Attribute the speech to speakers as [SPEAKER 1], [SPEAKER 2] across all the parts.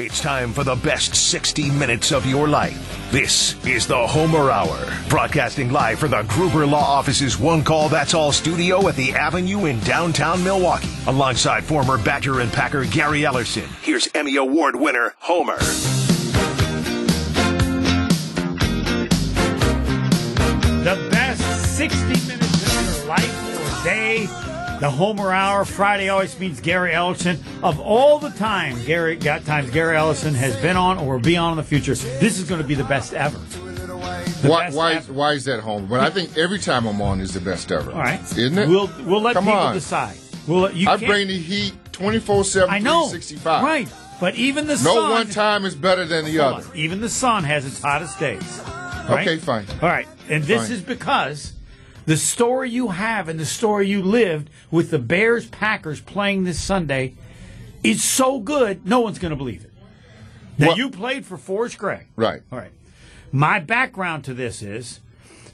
[SPEAKER 1] It's time for the best 60 minutes of your life. This is the Homer Hour, broadcasting live from the Gruber Law Office's One Call That's All studio at the Avenue in downtown Milwaukee, alongside former Badger and Packer Gary Ellerson. Here's Emmy Award winner Homer.
[SPEAKER 2] The best 60 minutes of your life or day. The Homer Hour Friday always means Gary Ellison. Of all the time, Gary got times Gary Ellison has been on or will be on in the future. This is going to be the best ever. The
[SPEAKER 3] Why,
[SPEAKER 2] best
[SPEAKER 3] why,
[SPEAKER 2] ever.
[SPEAKER 3] why is that, Homer? But I think every time I'm on is the best ever.
[SPEAKER 2] All right,
[SPEAKER 3] Isn't it?
[SPEAKER 2] We'll we'll let
[SPEAKER 3] Come
[SPEAKER 2] people
[SPEAKER 3] on.
[SPEAKER 2] decide. We'll let, you
[SPEAKER 3] I
[SPEAKER 2] can't-
[SPEAKER 3] bring the heat 24 7,
[SPEAKER 2] I know.
[SPEAKER 3] 365.
[SPEAKER 2] Right, but even the
[SPEAKER 3] No
[SPEAKER 2] sun.
[SPEAKER 3] one time is better than the
[SPEAKER 2] Hold
[SPEAKER 3] other.
[SPEAKER 2] on. Even the sun has its hottest days. Right?
[SPEAKER 3] Okay, fine.
[SPEAKER 2] All right. And this
[SPEAKER 3] Fine.
[SPEAKER 2] is because the story you have and the story you lived with the Bears Packers playing this Sunday is so good, no one's going to believe it. Now,
[SPEAKER 3] What-
[SPEAKER 2] you played for Forrest Gregg.
[SPEAKER 3] Right.
[SPEAKER 2] All right. My background to this is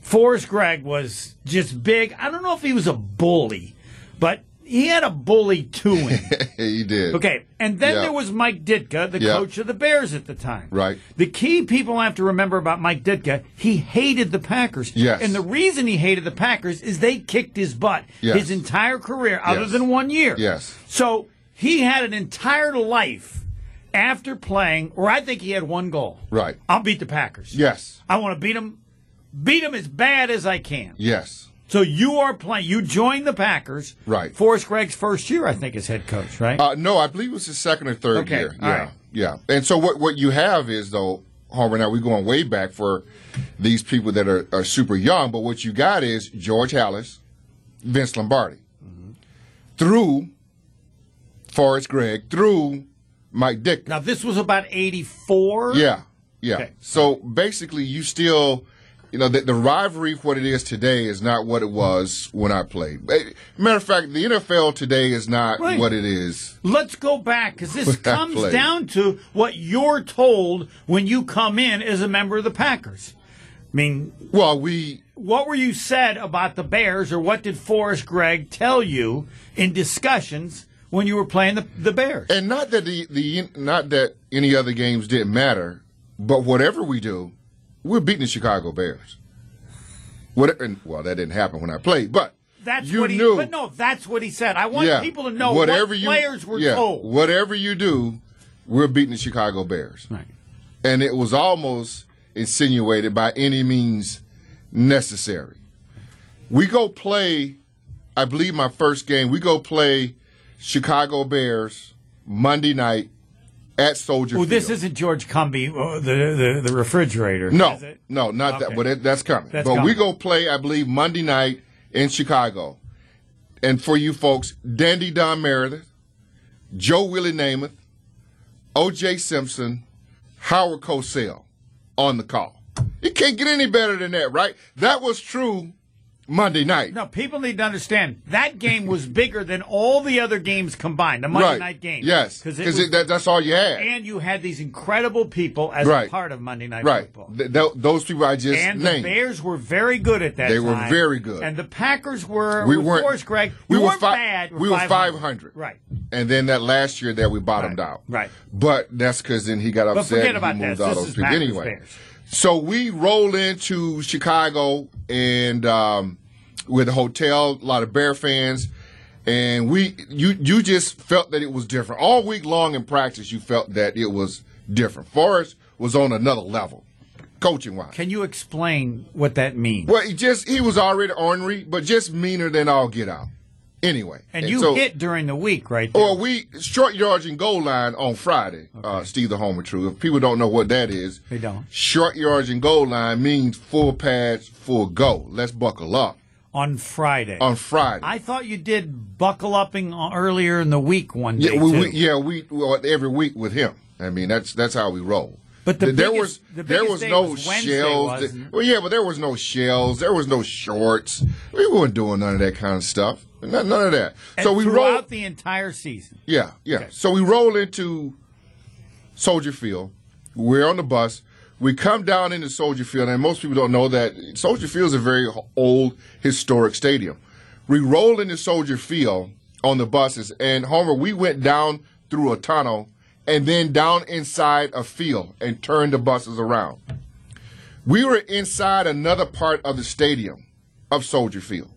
[SPEAKER 2] Forrest Gregg was just big. I don't know if he was a bully, but he had a bully to him.
[SPEAKER 3] He did.
[SPEAKER 2] Okay, and then
[SPEAKER 3] Yeah.
[SPEAKER 2] there was Mike Ditka, the
[SPEAKER 3] Yeah.
[SPEAKER 2] coach of the Bears at the time.
[SPEAKER 3] Right.
[SPEAKER 2] The key people have to remember about Mike Ditka, he hated the Packers.
[SPEAKER 3] Yes.
[SPEAKER 2] And the reason he hated the Packers is they kicked his butt
[SPEAKER 3] Yes.
[SPEAKER 2] his entire career, other
[SPEAKER 3] Yes.
[SPEAKER 2] than one year.
[SPEAKER 3] Yes.
[SPEAKER 2] So he had an entire life after playing, or I think he had one goal.
[SPEAKER 3] Right.
[SPEAKER 2] I'll beat the Packers.
[SPEAKER 3] Yes.
[SPEAKER 2] I want to beat them, beat them as bad as I can.
[SPEAKER 3] Yes.
[SPEAKER 2] So you are playing, you joined the Packers.
[SPEAKER 3] Right.
[SPEAKER 2] Forrest Gregg's first year, I think, as head coach, right?
[SPEAKER 3] Uh, no, I believe it was his second or third
[SPEAKER 2] Okay,
[SPEAKER 3] year.
[SPEAKER 2] all
[SPEAKER 3] yeah,
[SPEAKER 2] right.
[SPEAKER 3] yeah. And so what what you have is though, Homer. Now we're going way back for these people that are, are super young. But what you got is George Hallis, Vince Lombardi,
[SPEAKER 2] Mm-hmm.
[SPEAKER 3] through Forrest Gregg, through Mike Dick.
[SPEAKER 2] Now this was about '84.
[SPEAKER 3] Yeah, yeah.
[SPEAKER 2] Okay.
[SPEAKER 3] So basically, you still, you know, the, the rivalry, what it is today, is not what it was when I played. Eh, Matter of fact, the NFL today is not
[SPEAKER 2] Right.
[SPEAKER 3] what it is.
[SPEAKER 2] Let's go back because this
[SPEAKER 3] That
[SPEAKER 2] comes
[SPEAKER 3] play.
[SPEAKER 2] down to what you're told when you come in as a member of the Packers. I mean,
[SPEAKER 3] Well, we
[SPEAKER 2] what were you said about the Bears, or what did Forrest Gregg tell you in discussions when you were playing the, the Bears?
[SPEAKER 3] And not that the, the not that any other games didn't matter, but whatever we do, we're beating the Chicago Bears. What? And, well, that didn't happen when I played, but
[SPEAKER 2] That's
[SPEAKER 3] you
[SPEAKER 2] what he.
[SPEAKER 3] knew.
[SPEAKER 2] But no, that's what he said. I want
[SPEAKER 3] yeah,
[SPEAKER 2] people to know
[SPEAKER 3] whatever
[SPEAKER 2] what
[SPEAKER 3] you,
[SPEAKER 2] players were
[SPEAKER 3] yeah,
[SPEAKER 2] told.
[SPEAKER 3] Whatever you do, we're beating the Chicago Bears,
[SPEAKER 2] Right.
[SPEAKER 3] and it was almost insinuated by any means necessary. We go play. I believe my first game. We go play Chicago Bears Monday night at Soldier
[SPEAKER 2] Well,
[SPEAKER 3] Field.
[SPEAKER 2] this isn't George Cumby, uh, the, the the refrigerator.
[SPEAKER 3] No,
[SPEAKER 2] is it?
[SPEAKER 3] no, not
[SPEAKER 2] Okay.
[SPEAKER 3] that. But it, that's coming.
[SPEAKER 2] That's
[SPEAKER 3] but we
[SPEAKER 2] coming.
[SPEAKER 3] go play, I believe, Monday night in Chicago. And for you folks, Dandy Don Meredith, Joe Willie Namath, O.J. Simpson, Howard Cosell on the call. It can't get any better than that, right? That was true Monday night.
[SPEAKER 2] No, people need to understand that game was bigger than all the other games combined. The Monday
[SPEAKER 3] right.
[SPEAKER 2] night game,
[SPEAKER 3] Yes,
[SPEAKER 2] because
[SPEAKER 3] because
[SPEAKER 2] it was,
[SPEAKER 3] that, that's all you had.
[SPEAKER 2] and you had these incredible people as
[SPEAKER 3] Right.
[SPEAKER 2] a part of Monday night
[SPEAKER 3] right.
[SPEAKER 2] football.
[SPEAKER 3] Th- th- those people I just
[SPEAKER 2] and
[SPEAKER 3] named.
[SPEAKER 2] the Bears were very good at that.
[SPEAKER 3] They were
[SPEAKER 2] time.
[SPEAKER 3] very good.
[SPEAKER 2] and the Packers were.
[SPEAKER 3] We
[SPEAKER 2] with
[SPEAKER 3] weren't-
[SPEAKER 2] Forrest Gregg,
[SPEAKER 3] we
[SPEAKER 2] you
[SPEAKER 3] were
[SPEAKER 2] weren't
[SPEAKER 3] fi-
[SPEAKER 2] bad.
[SPEAKER 3] we were 500.
[SPEAKER 2] Right.
[SPEAKER 3] And then that last year that we bottomed
[SPEAKER 2] Right,
[SPEAKER 3] out.
[SPEAKER 2] right.
[SPEAKER 3] But that's because then he got upset.
[SPEAKER 2] forget
[SPEAKER 3] and he
[SPEAKER 2] about
[SPEAKER 3] moved
[SPEAKER 2] that.
[SPEAKER 3] all
[SPEAKER 2] This
[SPEAKER 3] those
[SPEAKER 2] is
[SPEAKER 3] people
[SPEAKER 2] Packers
[SPEAKER 3] anyway.
[SPEAKER 2] Bears.
[SPEAKER 3] So we rolled into Chicago and um, with a hotel, a lot of Bear fans, and we you you just felt that it was different all week long in practice. You felt that it was different. Forrest was on another level, coaching wise.
[SPEAKER 2] Can you explain what that means?
[SPEAKER 3] Well, he just he was already ornery, but just meaner than all get out. Anyway,
[SPEAKER 2] and you
[SPEAKER 3] so-
[SPEAKER 2] hit during the week, right? There.
[SPEAKER 3] Well, we short yardage and goal line on Friday. Uh, Steve the Homer True. If people don't know what that is,
[SPEAKER 2] They don't.
[SPEAKER 3] Short yardage and goal line means full pass, full goal. Let's buckle up
[SPEAKER 2] on Friday.
[SPEAKER 3] on Friday.
[SPEAKER 2] I thought you did buckle upping earlier in the week one day.
[SPEAKER 3] yeah, we,
[SPEAKER 2] too.
[SPEAKER 3] we, yeah, we well, every week with him. I mean, that's that's how we roll.
[SPEAKER 2] But the
[SPEAKER 3] Th- there
[SPEAKER 2] biggest-
[SPEAKER 3] was
[SPEAKER 2] the
[SPEAKER 3] there
[SPEAKER 2] biggest
[SPEAKER 3] was
[SPEAKER 2] day
[SPEAKER 3] no
[SPEAKER 2] was Wednesday,
[SPEAKER 3] shells.
[SPEAKER 2] wasn't it?
[SPEAKER 3] well, yeah, but there was no shells. There was no shorts. We weren't doing none of that kind of stuff. None, none of that. so
[SPEAKER 2] And
[SPEAKER 3] we
[SPEAKER 2] throughout
[SPEAKER 3] rolled.
[SPEAKER 2] the entire season.
[SPEAKER 3] Yeah, yeah. So we roll into Soldier Field. We're on the bus. We come down into Soldier Field, and most people don't know that Soldier Field is a very h- old, historic stadium. We roll into Soldier Field on the buses, and Homer, we went down through a tunnel and then down inside a field and turned the buses around. We were inside another part of the stadium of Soldier Field.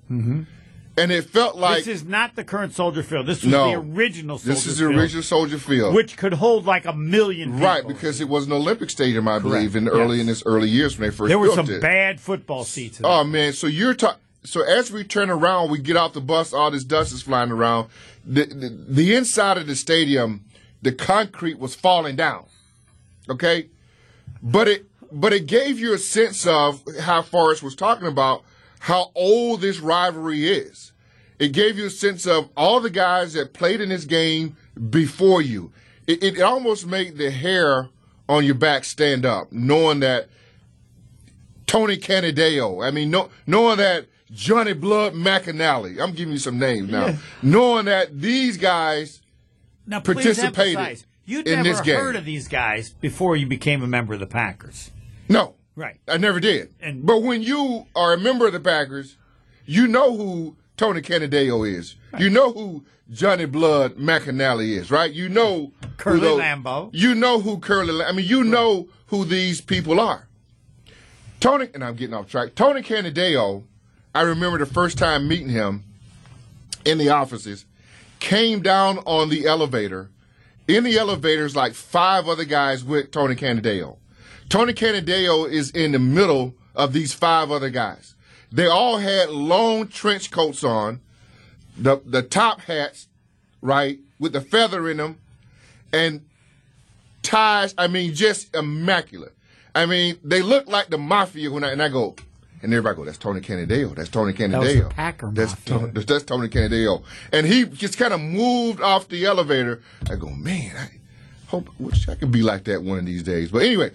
[SPEAKER 3] And it felt like
[SPEAKER 2] Mm-hmm. this is not the current Soldier Field. This was
[SPEAKER 3] no,
[SPEAKER 2] the original Soldier
[SPEAKER 3] This is the
[SPEAKER 2] Field,
[SPEAKER 3] original Soldier Field,
[SPEAKER 2] which could hold like a million people.
[SPEAKER 3] right? Because it was an Olympic stadium, I believe, in the early
[SPEAKER 2] yes.
[SPEAKER 3] in its early years when they first
[SPEAKER 2] there were
[SPEAKER 3] built
[SPEAKER 2] some
[SPEAKER 3] it.
[SPEAKER 2] bad football seats. In
[SPEAKER 3] Oh man, so you're talking. So as we turn around, we get off the bus. All this dust is flying around. The, the the inside of the stadium, the concrete was falling down. Okay, but it but it gave you a sense of how Forrest was talking about how old this rivalry is. It gave you a sense of all the guys that played in this game before you. It, it almost made the hair on your back stand up, knowing that Tony Canadeo. I mean, no, knowing that Johnny Blood McAnally. I'm giving you some names now. Knowing that these guys,
[SPEAKER 2] now, please
[SPEAKER 3] participated
[SPEAKER 2] emphasize, You'd
[SPEAKER 3] in
[SPEAKER 2] never
[SPEAKER 3] this game.
[SPEAKER 2] heard of these guys before you became a member of the Packers.
[SPEAKER 3] no,
[SPEAKER 2] Right.
[SPEAKER 3] I never did.
[SPEAKER 2] And-
[SPEAKER 3] but when you are a member of the Packers, you know who Tony Canadeo is. You know who Johnny Blood McAnally is, right? You know who
[SPEAKER 2] Curly
[SPEAKER 3] those-
[SPEAKER 2] Lambeau.
[SPEAKER 3] You know who Curly. Lam- I mean, you know who these people are. Tony, and I'm getting off track. Tony Canadeo, I remember the first time meeting him in the offices, came down on the elevator. In the elevators, like five other guys with Tony Canadeo. Tony Canadeo is in the middle of these five other guys. They all had long trench coats on, the the top hats, right, with the feather in them, and ties. I mean, just immaculate. I mean, they look like the mafia when I and I go, and everybody go, "That's Tony Canadeo. That's Tony Canadeo.
[SPEAKER 2] was the Packer
[SPEAKER 3] that's
[SPEAKER 2] mafia.
[SPEAKER 3] Tony, that's Tony Canadeo." And he just kind of moved off the elevator. I go, man, I hope I wish I could be like that one of these days. But anyway,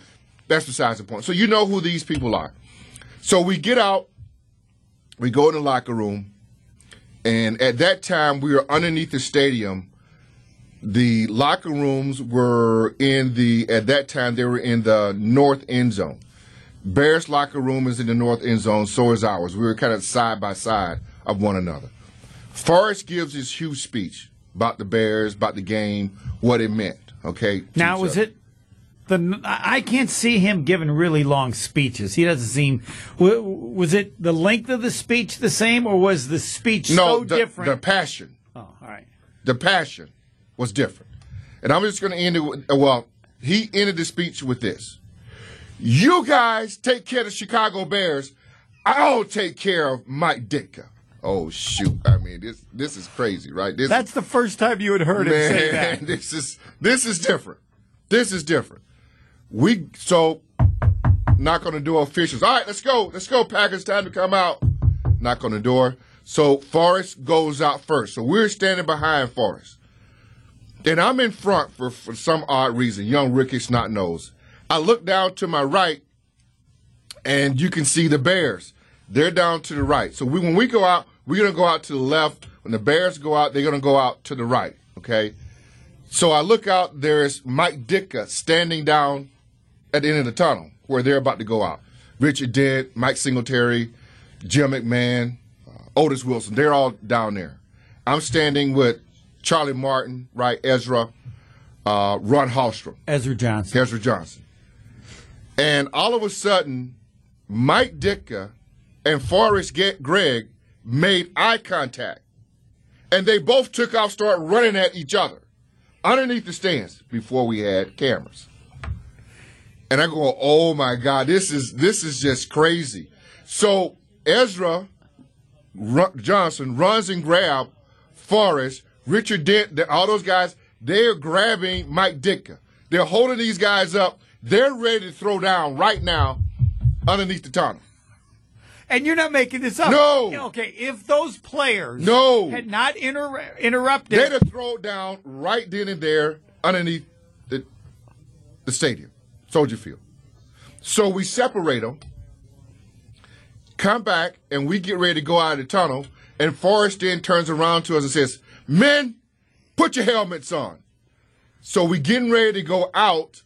[SPEAKER 3] that's besides the point. So you know who these people are. So we get out, we go in the locker room, and at that time we were underneath the stadium the locker rooms were in the at that time they were in the north end zone. Bears locker room is in the north end zone, so is ours. We were kind of side by side of one another. Forrest gives his huge speech about the Bears, about the game, what it meant. Okay. to
[SPEAKER 2] Now,
[SPEAKER 3] each
[SPEAKER 2] was
[SPEAKER 3] other.
[SPEAKER 2] it the? I I can't see him giving really long speeches. He doesn't seem. wa- Was it the length of the speech the same, or was the speech
[SPEAKER 3] no
[SPEAKER 2] so
[SPEAKER 3] the,
[SPEAKER 2] different?
[SPEAKER 3] the passion?
[SPEAKER 2] oh, all right.
[SPEAKER 3] the passion was different. And I'm just going to end it with, well, he ended the speech with this. You guys take care of the Chicago Bears. I'll take care of Mike Ditka. Oh shoot! I mean, this this is crazy, right? This
[SPEAKER 2] That's the first time you had heard him say that.
[SPEAKER 3] man, this is this is different. This is different. We so knock on the door officials. All right, let's go. Let's go, Packers. Time to come out. Knock on the door. So Forrest goes out first. So we're standing behind Forrest. And I'm in front for, for some odd reason. Young Ricky Snot Nose. I look down to my right and you can see the Bears. They're down to the right. So we, when we go out, we're gonna go out to the left. When the Bears go out, they're gonna go out to the right. Okay. So I look out. There is Mike Ditka standing down at the end of the tunnel where they're about to go out. Richard Dent, Mike Singletary, Jim McMahon, uh, Otis Wilson. They're all down there. I'm standing with Charlie Martin, right? Ezra, uh, Ron Hallstrom.
[SPEAKER 2] Ezra Johnson.
[SPEAKER 3] Ezra Johnson. And all of a sudden, Mike Ditka and Forrest Ge- Gregg made eye contact. And they both took off, started running at each other underneath the stands before we had cameras. And I go, oh my God, this is this is just crazy. So Ezra Ru- Johnson runs and grab Forrest, Richard Dent, the- all those guys. They're grabbing Mike Ditka. They're holding these guys up. They're ready to throw down right now underneath the tunnel.
[SPEAKER 2] And you're not making this up.
[SPEAKER 3] No.
[SPEAKER 2] Okay, if those players
[SPEAKER 3] No.
[SPEAKER 2] had not inter- interrupted
[SPEAKER 3] They'd have thrown down right then and there underneath the, the stadium, Soldier Field. So we separate them, come back, and we get ready to go out of the tunnel. And Forrest then turns around to us and says, Men, put your helmets on. So we getting ready to go out,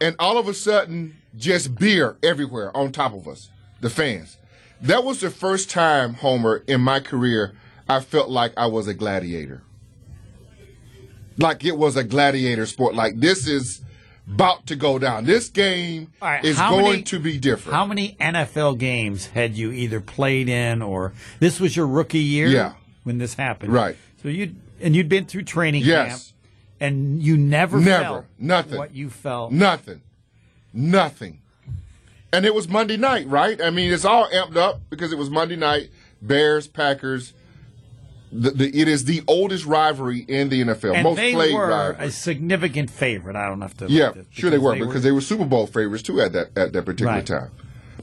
[SPEAKER 3] and all of a sudden, just beer everywhere on top of us, the fans. That was the first time, Homer, in my career, I felt like I was a gladiator. like it was a gladiator sport. Like this is about to go down. This game
[SPEAKER 2] All right,
[SPEAKER 3] is
[SPEAKER 2] how
[SPEAKER 3] going
[SPEAKER 2] many-
[SPEAKER 3] to be different.
[SPEAKER 2] How many NFL games had you either played in or this was your rookie year?
[SPEAKER 3] Yeah.
[SPEAKER 2] When this happened.
[SPEAKER 3] Right.
[SPEAKER 2] So you and you'd been through training
[SPEAKER 3] Yes.
[SPEAKER 2] camp and you never
[SPEAKER 3] Never.
[SPEAKER 2] felt
[SPEAKER 3] Nothing.
[SPEAKER 2] what you felt.
[SPEAKER 3] Nothing. Nothing. And it was Monday night, right? I mean, it's all amped up because it was Monday night. Bears, Packers. The, the, it is the oldest rivalry in the NFL.
[SPEAKER 2] And
[SPEAKER 3] most
[SPEAKER 2] they
[SPEAKER 3] played
[SPEAKER 2] were
[SPEAKER 3] rivalry.
[SPEAKER 2] a significant favorite. I don't have to.
[SPEAKER 3] Yeah,
[SPEAKER 2] look at this
[SPEAKER 3] sure they were because they
[SPEAKER 2] were
[SPEAKER 3] were Super Bowl favorites too at that at that particular
[SPEAKER 2] Right.
[SPEAKER 3] time.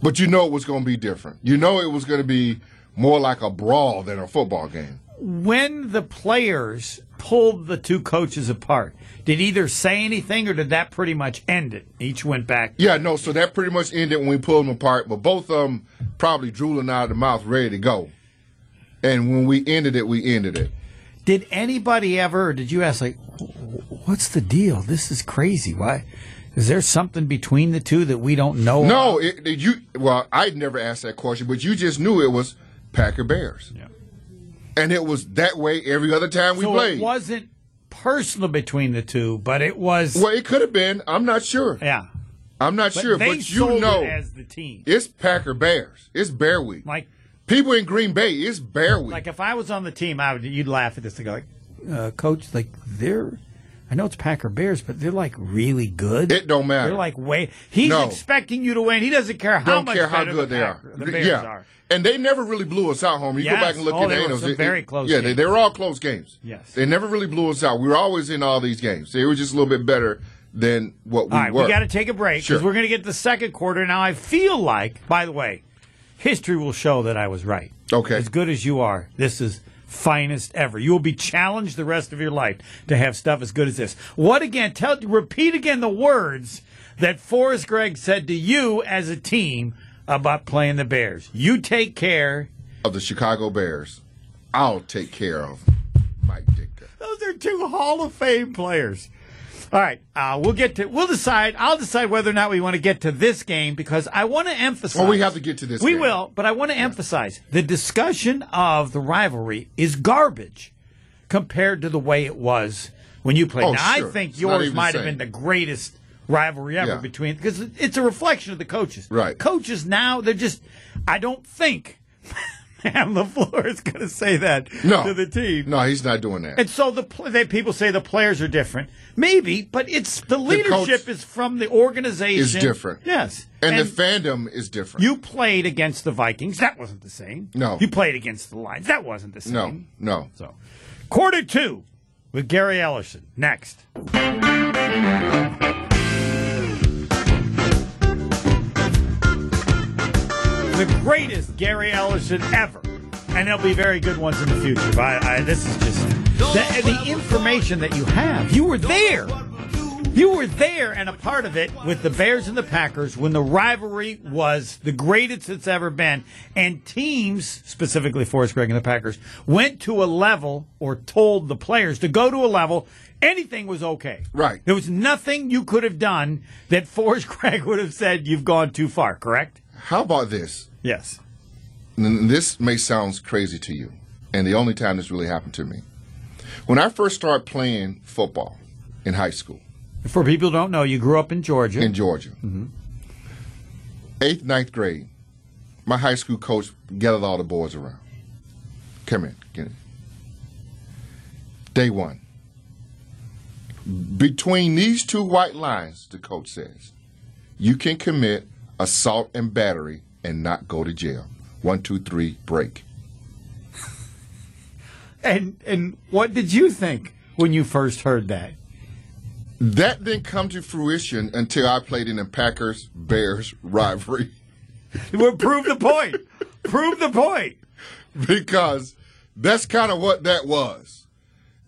[SPEAKER 3] But you know it was going to be different. You know it was going to be more like a brawl than a football game.
[SPEAKER 2] when the players pulled the two coaches apart. Did either say anything or did that pretty much end it? Each went back.
[SPEAKER 3] Yeah, no. So that pretty much ended when we pulled them apart. But both of them probably drooling out of the mouth, ready to go. And when we ended it, we ended it.
[SPEAKER 2] Did anybody ever? Or did you ask like, "Wh- what's the deal? This is crazy. Why? Is there something between the two that we don't know?
[SPEAKER 3] No, it, it- you. Well, I'd never asked that question, but you just knew it was Packer Bears,
[SPEAKER 2] about?
[SPEAKER 3] and it was that way every other time we
[SPEAKER 2] So
[SPEAKER 3] played.
[SPEAKER 2] it wasn't personal between the two, but it was.
[SPEAKER 3] well, it could have been. I'm not sure.
[SPEAKER 2] yeah.
[SPEAKER 3] I'm not sure,
[SPEAKER 2] they
[SPEAKER 3] but you
[SPEAKER 2] sold
[SPEAKER 3] know,
[SPEAKER 2] it as the team.
[SPEAKER 3] it's Packer Bears. It's Bear Week.
[SPEAKER 2] Like,
[SPEAKER 3] People in Green Bay, it's Bear Week.
[SPEAKER 2] like if I was on the team, I would. You'd laugh at this and go like, uh, "Coach, like they're." I know it's Packer Bears, but they're like really good.
[SPEAKER 3] it don't matter.
[SPEAKER 2] They're like way. He's
[SPEAKER 3] No.
[SPEAKER 2] expecting you to win. He doesn't care how
[SPEAKER 3] don't
[SPEAKER 2] much
[SPEAKER 3] care how
[SPEAKER 2] better
[SPEAKER 3] good
[SPEAKER 2] the
[SPEAKER 3] they
[SPEAKER 2] Packer-
[SPEAKER 3] are.
[SPEAKER 2] The Bears
[SPEAKER 3] yeah.
[SPEAKER 2] are.
[SPEAKER 3] And they never really blew us out, homie. You
[SPEAKER 2] Yes.
[SPEAKER 3] go back and look
[SPEAKER 2] Oh,
[SPEAKER 3] at
[SPEAKER 2] they
[SPEAKER 3] the
[SPEAKER 2] were
[SPEAKER 3] annals.
[SPEAKER 2] some
[SPEAKER 3] it-
[SPEAKER 2] very
[SPEAKER 3] it-
[SPEAKER 2] close
[SPEAKER 3] Yeah, They,
[SPEAKER 2] games.
[SPEAKER 3] they were all close games.
[SPEAKER 2] Yes.
[SPEAKER 3] They never really blew us out. We were always in all these games. They were just a little bit better than what we
[SPEAKER 2] All right,
[SPEAKER 3] were.
[SPEAKER 2] we got to take a break because
[SPEAKER 3] Sure.
[SPEAKER 2] we're going to get to the second quarter. Now, I feel like, by the way, history will show that I was right.
[SPEAKER 3] Okay.
[SPEAKER 2] As good as you are, this is finest ever. You will be challenged the rest of your life to have stuff as good as this. What again? Tell, repeat again the words that Forrest Gregg said to you as a team about playing the Bears. You take care.
[SPEAKER 3] of the Chicago Bears. I'll take care of Mike Ditka.
[SPEAKER 2] Those are two Hall of Fame players. All right, uh, we'll get to. We'll decide. I'll decide whether or not we want to get to this game because I want to emphasize.
[SPEAKER 3] Well, we have to get to this.
[SPEAKER 2] We
[SPEAKER 3] game.
[SPEAKER 2] will, but I want to emphasize the discussion of the rivalry is garbage compared to the way it was when you played.
[SPEAKER 3] Oh,
[SPEAKER 2] now,
[SPEAKER 3] sure.
[SPEAKER 2] I think
[SPEAKER 3] It's not
[SPEAKER 2] yours
[SPEAKER 3] even
[SPEAKER 2] might have
[SPEAKER 3] the same.
[SPEAKER 2] been the greatest rivalry ever
[SPEAKER 3] Yeah.
[SPEAKER 2] between because it's a reflection of the coaches.
[SPEAKER 3] Right.
[SPEAKER 2] Coaches now they're just. I don't think. Man, Lafleur is going to say that
[SPEAKER 3] No.
[SPEAKER 2] to the team.
[SPEAKER 3] No, he's not doing that.
[SPEAKER 2] And so the pl- they, people say the players are different. Maybe, but it's the
[SPEAKER 3] coach
[SPEAKER 2] leadership is from the organization.
[SPEAKER 3] is different.
[SPEAKER 2] Yes.
[SPEAKER 3] and, the fandom is different.
[SPEAKER 2] you played against the Vikings. That wasn't the same.
[SPEAKER 3] No.
[SPEAKER 2] You played against the Lions. That wasn't the same.
[SPEAKER 3] no, no.
[SPEAKER 2] So, quarter two with Gary Ellison next. The greatest Gary Ellison ever, and there'll be very good ones in the future. But I, I, this is just the, the information that you have. You were there. You were there and a part of it with the Bears and the Packers when the rivalry was the greatest it's ever been. And teams, specifically Forrest Gregg and the Packers, went to a level or told the players to go to a level. Anything was okay.
[SPEAKER 3] Right.
[SPEAKER 2] There was nothing you could have done that Forrest Gregg would have said you've gone too far, correct?
[SPEAKER 3] How about this?
[SPEAKER 2] Yes.
[SPEAKER 3] And this may sound crazy to you, and the only time this really happened to me. When I first started playing football in high school
[SPEAKER 2] For people who don't know, you grew up in Georgia.
[SPEAKER 3] in Georgia, eighth, ninth grade, my high school coach gathered all the boys around. Come in, get in. Day one. Between these two white lines, the coach says, you can commit assault and battery and not go to jail. One, two, three, break.
[SPEAKER 2] and and what did you think when you first heard that?
[SPEAKER 3] That didn't come to fruition until I played in the Packers Bears rivalry
[SPEAKER 2] Well, prove the point. prove the point.
[SPEAKER 3] because that's kind of what that was.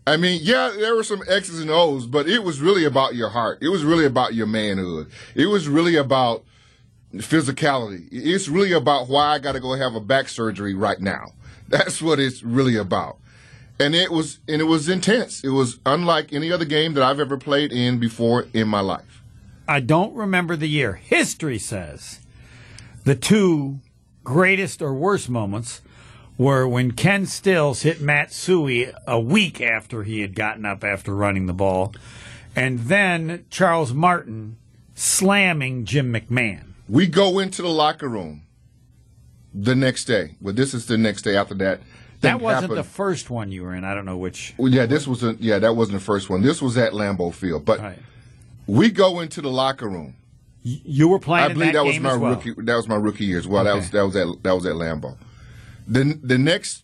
[SPEAKER 3] I mean, yeah, there were some X's and O's, but it was really about your heart. It was really about your manhood. It was really about physicality. It's really about why I got to go have a back surgery right now. That's what it's really about. And it was and it was intense. It was unlike any other game that I've ever played in before in my life.
[SPEAKER 2] I don't remember the year. History says the two greatest or worst moments were when Ken Stills hit Matsui a week after he had gotten up after running the ball, and then Charles Martin slamming Jim McMahon.
[SPEAKER 3] We go into the locker room the next day. Well, this is the next day after that.
[SPEAKER 2] That wasn't the first one you were in. I don't know which.
[SPEAKER 3] Well, yeah, this was a, yeah, that wasn't the first one. This was at Lambeau Field, but
[SPEAKER 2] All right.
[SPEAKER 3] we go into the locker room.
[SPEAKER 2] Y- You were playing.
[SPEAKER 3] I
[SPEAKER 2] in
[SPEAKER 3] believe
[SPEAKER 2] that,
[SPEAKER 3] that, was
[SPEAKER 2] game
[SPEAKER 3] my
[SPEAKER 2] as well.
[SPEAKER 3] rookie. That was my rookie year as well.
[SPEAKER 2] Okay.
[SPEAKER 3] That was that was at that was at Lambeau. The the next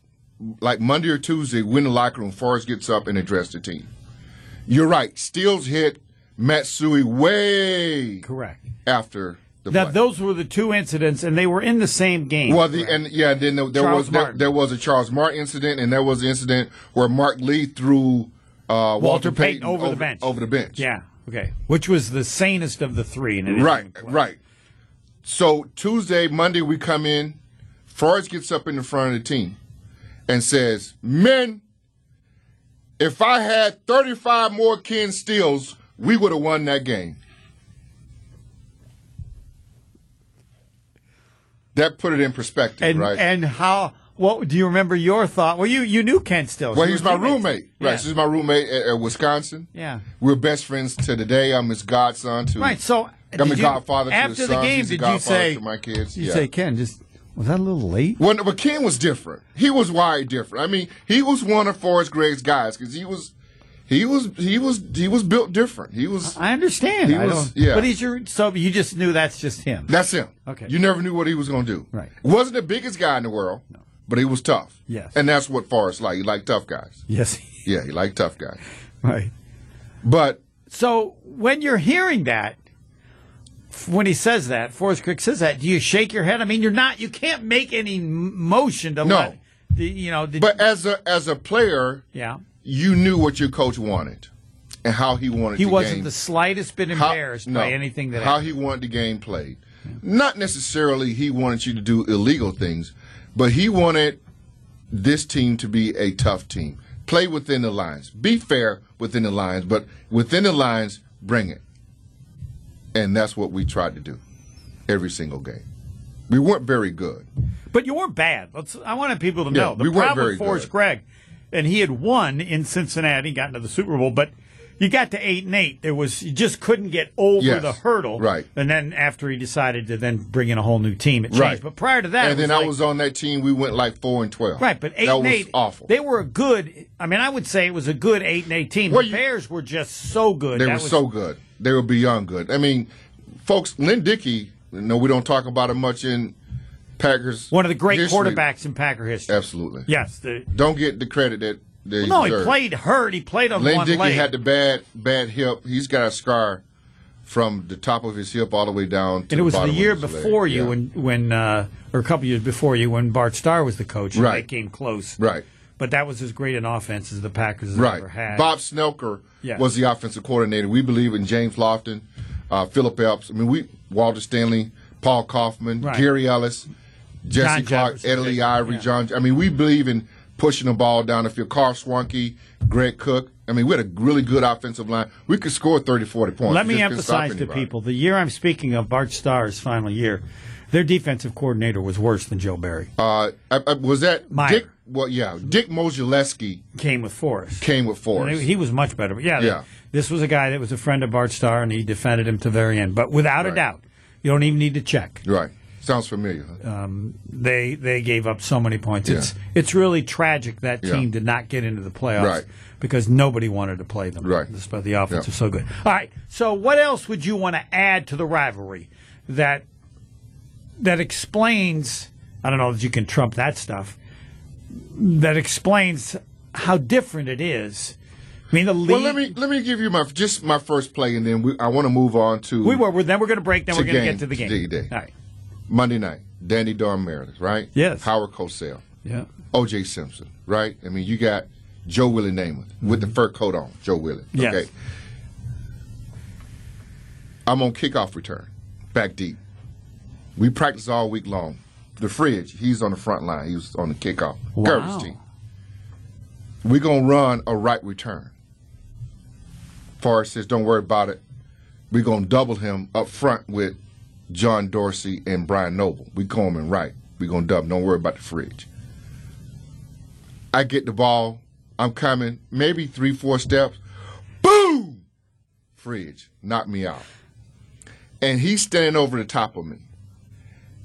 [SPEAKER 3] like Monday or Tuesday, we in the locker room. Forrest gets up and addressed the team. You're right. Steals hit Matsui way
[SPEAKER 2] Correct.
[SPEAKER 3] after the
[SPEAKER 2] Now
[SPEAKER 3] play.
[SPEAKER 2] those were the two incidents, and they were in the same game.
[SPEAKER 3] Well, the, and yeah, then there, there
[SPEAKER 2] Charles
[SPEAKER 3] was there,
[SPEAKER 2] Martin.
[SPEAKER 3] there was a Charles Martin incident, and there was the incident where Mark Lee threw uh, Walter, Payton,
[SPEAKER 2] over, the bench.
[SPEAKER 3] Over the bench.
[SPEAKER 2] Yeah. Okay. Which was the sanest of the three. And it didn't
[SPEAKER 3] Right.
[SPEAKER 2] even play.
[SPEAKER 3] Right. So Tuesday, Monday, we come in. Forrest gets up in the front of the team and says, "Men, if I had 35 more Ken Steals, we would have won that game." That put it in perspective,
[SPEAKER 2] And
[SPEAKER 3] right?
[SPEAKER 2] and how? What do you remember your thought? Well, you you knew Kent still.
[SPEAKER 3] Well, he's my roommate. Right.
[SPEAKER 2] Yeah.
[SPEAKER 3] She's my roommate at, at Wisconsin.
[SPEAKER 2] Yeah.
[SPEAKER 3] We're best friends to the day. I'm his godson to.
[SPEAKER 2] Right. So
[SPEAKER 3] I'm
[SPEAKER 2] did
[SPEAKER 3] his
[SPEAKER 2] you-
[SPEAKER 3] godfather to
[SPEAKER 2] after
[SPEAKER 3] his
[SPEAKER 2] the
[SPEAKER 3] sons.
[SPEAKER 2] game,
[SPEAKER 3] He's the
[SPEAKER 2] did you
[SPEAKER 3] godfather
[SPEAKER 2] say
[SPEAKER 3] to my kids?
[SPEAKER 2] You
[SPEAKER 3] yeah.
[SPEAKER 2] say Ken just was that a little late?
[SPEAKER 3] Well, no, but Ken was different. He was wired different. I mean, he was one of Forrest Gregg's guys because he was, he was, he was, he was built different. He was.
[SPEAKER 2] I understand.
[SPEAKER 3] He
[SPEAKER 2] I
[SPEAKER 3] was-
[SPEAKER 2] don't-
[SPEAKER 3] yeah.
[SPEAKER 2] But he's your so you just knew that's just him.
[SPEAKER 3] That's him.
[SPEAKER 2] Okay.
[SPEAKER 3] You never knew what he was going to do.
[SPEAKER 2] Right.
[SPEAKER 3] Wasn't the biggest guy in the world, but he was tough.
[SPEAKER 2] Yes.
[SPEAKER 3] And that's what Forrest liked. He liked tough guys.
[SPEAKER 2] yes.
[SPEAKER 3] Yeah, he liked tough guys.
[SPEAKER 2] right.
[SPEAKER 3] But
[SPEAKER 2] So when you're hearing that, f- when he says that, Forrest Crick says that, do you shake your head? I mean, you're not. You can't make any m- motion to
[SPEAKER 3] No.
[SPEAKER 2] let. the- You know. Did,
[SPEAKER 3] but as a as a player,
[SPEAKER 2] yeah.
[SPEAKER 3] you knew what your coach wanted and how he wanted
[SPEAKER 2] He
[SPEAKER 3] the
[SPEAKER 2] wasn't
[SPEAKER 3] game.
[SPEAKER 2] the slightest bit
[SPEAKER 3] how-
[SPEAKER 2] embarrassed
[SPEAKER 3] no,
[SPEAKER 2] by anything that
[SPEAKER 3] how
[SPEAKER 2] happened.
[SPEAKER 3] he wanted the game played. Not necessarily he wanted you to do illegal things, but he wanted this team to be a tough team. Play within the lines. Be fair within the lines, but within the lines, bring it. And that's what we tried to do every single game. We weren't very good.
[SPEAKER 2] But you weren't bad. Let's, I wanted people to
[SPEAKER 3] Yeah,
[SPEAKER 2] know. The
[SPEAKER 3] we weren't
[SPEAKER 2] problem
[SPEAKER 3] very
[SPEAKER 2] with Forrest
[SPEAKER 3] good.
[SPEAKER 2] Gregg, and he had won in Cincinnati, got into the Super Bowl, but you got to eight and eight. There was you just couldn't get over
[SPEAKER 3] Yes.
[SPEAKER 2] the hurdle.
[SPEAKER 3] Right.
[SPEAKER 2] And then after he decided to then bring in a whole new team, it changed.
[SPEAKER 3] Right.
[SPEAKER 2] But prior to that,
[SPEAKER 3] and
[SPEAKER 2] it
[SPEAKER 3] then
[SPEAKER 2] like-
[SPEAKER 3] I was on that team. We went like four and twelve.
[SPEAKER 2] Right, but eight
[SPEAKER 3] that
[SPEAKER 2] and
[SPEAKER 3] was
[SPEAKER 2] eight,
[SPEAKER 3] awful.
[SPEAKER 2] They were a good. I mean, I would say it was a good eight and eight team.
[SPEAKER 3] Well,
[SPEAKER 2] the
[SPEAKER 3] you-
[SPEAKER 2] Bears were just so good.
[SPEAKER 3] They
[SPEAKER 2] That
[SPEAKER 3] were
[SPEAKER 2] was-
[SPEAKER 3] so good. They were beyond good. I mean, folks, Lynn Dickey, you know, we don't talk about him much in Packers.
[SPEAKER 2] one of the great
[SPEAKER 3] history.
[SPEAKER 2] quarterbacks in Packer history.
[SPEAKER 3] Absolutely.
[SPEAKER 2] Yes, the,
[SPEAKER 3] Don't get the credit that they
[SPEAKER 2] no, he
[SPEAKER 3] deserve.
[SPEAKER 2] played hurt. He played on
[SPEAKER 3] Lynn
[SPEAKER 2] one
[SPEAKER 3] Dickey
[SPEAKER 2] leg.
[SPEAKER 3] had the bad, bad hip. He's got a scar from the top of his hip all the way down. To
[SPEAKER 2] and it was
[SPEAKER 3] the,
[SPEAKER 2] the
[SPEAKER 3] bottom
[SPEAKER 2] year
[SPEAKER 3] of his leg.
[SPEAKER 2] before you
[SPEAKER 3] Yeah.
[SPEAKER 2] when when uh, or a couple years before you when Bart Starr was the coach. and
[SPEAKER 3] Right.
[SPEAKER 2] they came close.
[SPEAKER 3] Right.
[SPEAKER 2] but that was as great an offense as the Packers have ever
[SPEAKER 3] Right.
[SPEAKER 2] had.
[SPEAKER 3] Bob Snelker
[SPEAKER 2] Yeah.
[SPEAKER 3] was the offensive coordinator. We believe in James Lofton, uh, Philip Epps. I mean, we Walter Stanley, Paul Kaufman,
[SPEAKER 2] Right.
[SPEAKER 3] Gary Ellis, Jesse
[SPEAKER 2] John
[SPEAKER 3] Clark,
[SPEAKER 2] Jefferson.
[SPEAKER 3] Eddie Ivory,
[SPEAKER 2] Yeah.
[SPEAKER 3] John. I mean, we believe in pushing the ball down the field. Carl Swanky, Greg Cook. I mean, we had a really good offensive line. We could score 30, 40 points.
[SPEAKER 2] Let
[SPEAKER 3] We
[SPEAKER 2] me
[SPEAKER 3] just couldn't stop
[SPEAKER 2] emphasize to
[SPEAKER 3] anybody.
[SPEAKER 2] people the year I'm speaking of, Bart Starr's final year, their defensive coordinator was worse than Joe Barry.
[SPEAKER 3] Uh, I- I- was that
[SPEAKER 2] Meyer.
[SPEAKER 3] Dick? Well, yeah. Dick Mojuleski
[SPEAKER 2] came with Forrest.
[SPEAKER 3] came with
[SPEAKER 2] And
[SPEAKER 3] Forrest.
[SPEAKER 2] He was much better. But yeah,
[SPEAKER 3] Yeah.
[SPEAKER 2] this was a guy that was a friend of Bart Starr, and he defended him to the very end. But without a
[SPEAKER 3] Right.
[SPEAKER 2] doubt, you don't even need to check.
[SPEAKER 3] Right. Sounds familiar. huh?
[SPEAKER 2] They they gave up so many points. It's it's really tragic that
[SPEAKER 3] Yeah.
[SPEAKER 2] team did not get into the playoffs
[SPEAKER 3] Right.
[SPEAKER 2] because nobody wanted to play them.
[SPEAKER 3] Right.
[SPEAKER 2] Despite the offense
[SPEAKER 3] Yeah.
[SPEAKER 2] was so good. All right. So what else would you want to add to the rivalry that that explains I don't know that you can trump that stuff. That explains how different it is. I mean the league
[SPEAKER 3] Well, let me let me give you my just my first play, and then we, I want to move on to
[SPEAKER 2] We were. we're then we're going to break. Then
[SPEAKER 3] To
[SPEAKER 2] we're going to
[SPEAKER 3] game,
[SPEAKER 2] get to the game.
[SPEAKER 3] to the day.
[SPEAKER 2] All right.
[SPEAKER 3] Monday night. Danny Don Meredith, right?
[SPEAKER 2] Yes.
[SPEAKER 3] Howard Cosell,
[SPEAKER 2] Yeah.
[SPEAKER 3] O.J. Simpson, right? I mean, you got Joe Willie Namath with the fur coat on. Joe Willie.
[SPEAKER 2] Mm-hmm. Yes.
[SPEAKER 3] Okay. I'm on kickoff return, back deep. We practice all week long. The fridge, he's on the front line. He was on the kickoff.
[SPEAKER 2] Wow.
[SPEAKER 3] Garbage team. We're gonna run a right return. Forrest says, "Don't worry about it. We're gonna double him up front with John Dorsey and Brian Noble. We call him in right. We're gonna double. Don't worry about the fridge." I get the ball. I'm coming, maybe three, four steps. Boom! Fridge knocked me out. And he's standing over the top of me.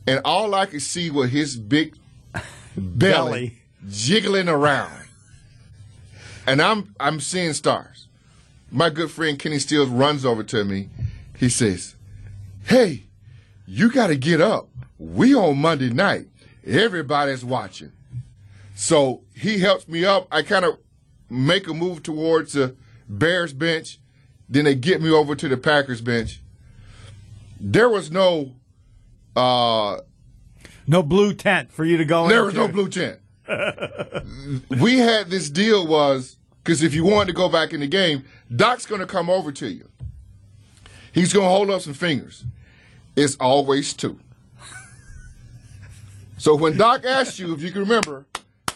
[SPEAKER 3] And all I could see was his big belly.
[SPEAKER 2] Belly.
[SPEAKER 3] jiggling around. And I'm I'm seeing stars. My good friend Kenny Steele runs over to me. He says, Hey, you gotta get up. We on Monday night. Everybody's watching. So he helps me up. I kind of make a move towards the Bears bench. Then they get me over to the Packers bench. There was no uh
[SPEAKER 2] No blue tent for you to go
[SPEAKER 3] there was
[SPEAKER 2] into.
[SPEAKER 3] no blue tent. we had this deal was because if you wanted to go back in the game, Doc's going to come over to you. He's going to hold up some fingers. It's always two. so when Doc asked you, if you can remember,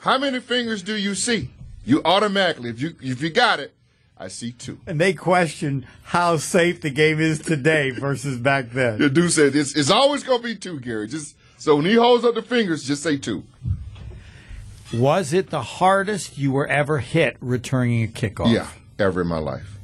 [SPEAKER 3] how many fingers do you see? You automatically, if you if you got it, I see two.
[SPEAKER 2] And they question how safe the game is today versus back then.
[SPEAKER 3] The dude said, "It's, it's always going to be two, Gary." Just so when he holds up the fingers, just say two.
[SPEAKER 2] Was it the hardest you were ever hit returning a kickoff?
[SPEAKER 3] Yeah, ever in my life.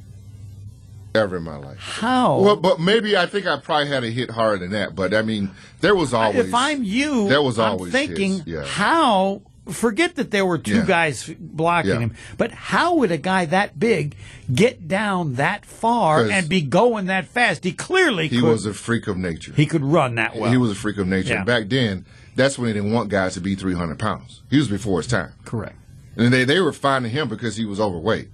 [SPEAKER 3] Ever in my life.
[SPEAKER 2] How?
[SPEAKER 3] Well, but maybe I think I probably had a hit harder than that. But I mean, there was always.
[SPEAKER 2] if I'm you,
[SPEAKER 3] There was
[SPEAKER 2] I'm
[SPEAKER 3] always
[SPEAKER 2] thinking
[SPEAKER 3] hits, yeah.
[SPEAKER 2] how. Forget that there were two
[SPEAKER 3] Yeah.
[SPEAKER 2] guys blocking
[SPEAKER 3] Yeah.
[SPEAKER 2] him, but how would a guy that big get down that far
[SPEAKER 3] 'Cause
[SPEAKER 2] and be going that fast? He clearly
[SPEAKER 3] he
[SPEAKER 2] could.
[SPEAKER 3] was a freak of nature.
[SPEAKER 2] he could run that well.
[SPEAKER 3] He was a freak of nature.
[SPEAKER 2] Yeah.
[SPEAKER 3] Back then, that's when they didn't want guys to be 300 pounds. He was before his time,
[SPEAKER 2] correct,
[SPEAKER 3] and they they were finding him because he was overweight.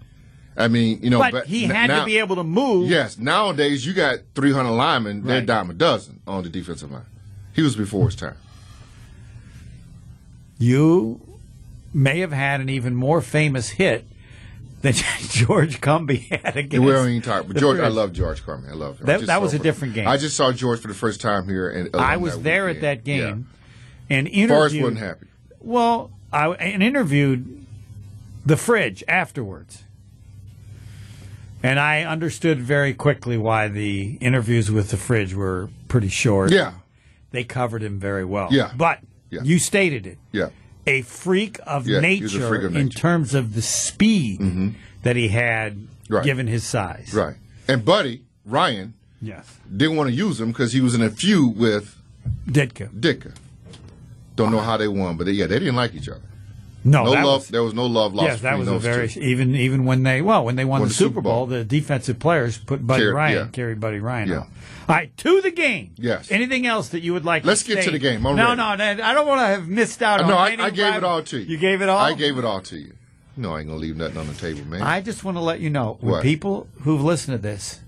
[SPEAKER 3] I mean, you know,
[SPEAKER 2] but
[SPEAKER 3] back-
[SPEAKER 2] he
[SPEAKER 3] Oh, n-
[SPEAKER 2] had
[SPEAKER 3] now-
[SPEAKER 2] to be able to move.
[SPEAKER 3] Yes, nowadays you got 300 linemen; they're
[SPEAKER 2] Right.
[SPEAKER 3] dime a dozen on the defensive line. He was before his time.
[SPEAKER 2] You may have had an even more famous hit than George Cumbie had against.
[SPEAKER 3] We don't even talk. But
[SPEAKER 2] the
[SPEAKER 3] George, I
[SPEAKER 2] Bears.
[SPEAKER 3] love George Carmen. I love him.
[SPEAKER 2] That-
[SPEAKER 3] I just
[SPEAKER 2] that
[SPEAKER 3] saw
[SPEAKER 2] was a
[SPEAKER 3] for-
[SPEAKER 2] different game.
[SPEAKER 3] I just saw George for the first time here, and
[SPEAKER 2] I was there at that game and interviewed.
[SPEAKER 3] Forrest wasn't happy.
[SPEAKER 2] Well, I and interviewed the fridge afterwards. And I understood very quickly why the interviews with the fridge were pretty short.
[SPEAKER 3] Yeah,
[SPEAKER 2] They covered him very well.
[SPEAKER 3] Yeah.
[SPEAKER 2] But
[SPEAKER 3] Yeah.
[SPEAKER 2] you stated it.
[SPEAKER 3] yeah,
[SPEAKER 2] A freak of
[SPEAKER 3] Yeah, he
[SPEAKER 2] nature
[SPEAKER 3] was a freak of
[SPEAKER 2] in
[SPEAKER 3] nature. Mm-hmm.
[SPEAKER 2] terms of the speed that he had
[SPEAKER 3] Right.
[SPEAKER 2] given his size.
[SPEAKER 3] right. And Buddy Ryan
[SPEAKER 2] Yes.
[SPEAKER 3] didn't want to use him because he was in a feud with
[SPEAKER 2] Ditka.
[SPEAKER 3] Dicker. Don't know how they won, but they, yeah, they didn't like each other.
[SPEAKER 2] No,
[SPEAKER 3] No
[SPEAKER 2] Oh, that
[SPEAKER 3] love.
[SPEAKER 2] was-
[SPEAKER 3] there was no love lost.
[SPEAKER 2] Yes, that
[SPEAKER 3] between
[SPEAKER 2] was a
[SPEAKER 3] those
[SPEAKER 2] very
[SPEAKER 3] two.
[SPEAKER 2] even even when they well when they won, the, Super Bowl, the defensive players put Buddy
[SPEAKER 3] Carry-
[SPEAKER 2] Ryan
[SPEAKER 3] yeah.
[SPEAKER 2] carried Buddy Ryan
[SPEAKER 3] Yeah.
[SPEAKER 2] out. All right, to the game.
[SPEAKER 3] Yes.
[SPEAKER 2] Anything else that you would like?
[SPEAKER 3] Let's
[SPEAKER 2] to
[SPEAKER 3] get to
[SPEAKER 2] state?
[SPEAKER 3] the game. I'm
[SPEAKER 2] no,
[SPEAKER 3] ready.
[SPEAKER 2] no, no, I don't want to have missed out. on
[SPEAKER 3] No, I,
[SPEAKER 2] any
[SPEAKER 3] I gave it
[SPEAKER 2] rival-
[SPEAKER 3] all to you.
[SPEAKER 2] You gave it all.
[SPEAKER 3] I gave it all to you. No, I ain't gonna leave nothing on the table, man.
[SPEAKER 2] I just want to let you know when
[SPEAKER 3] What?
[SPEAKER 2] people who've listened to this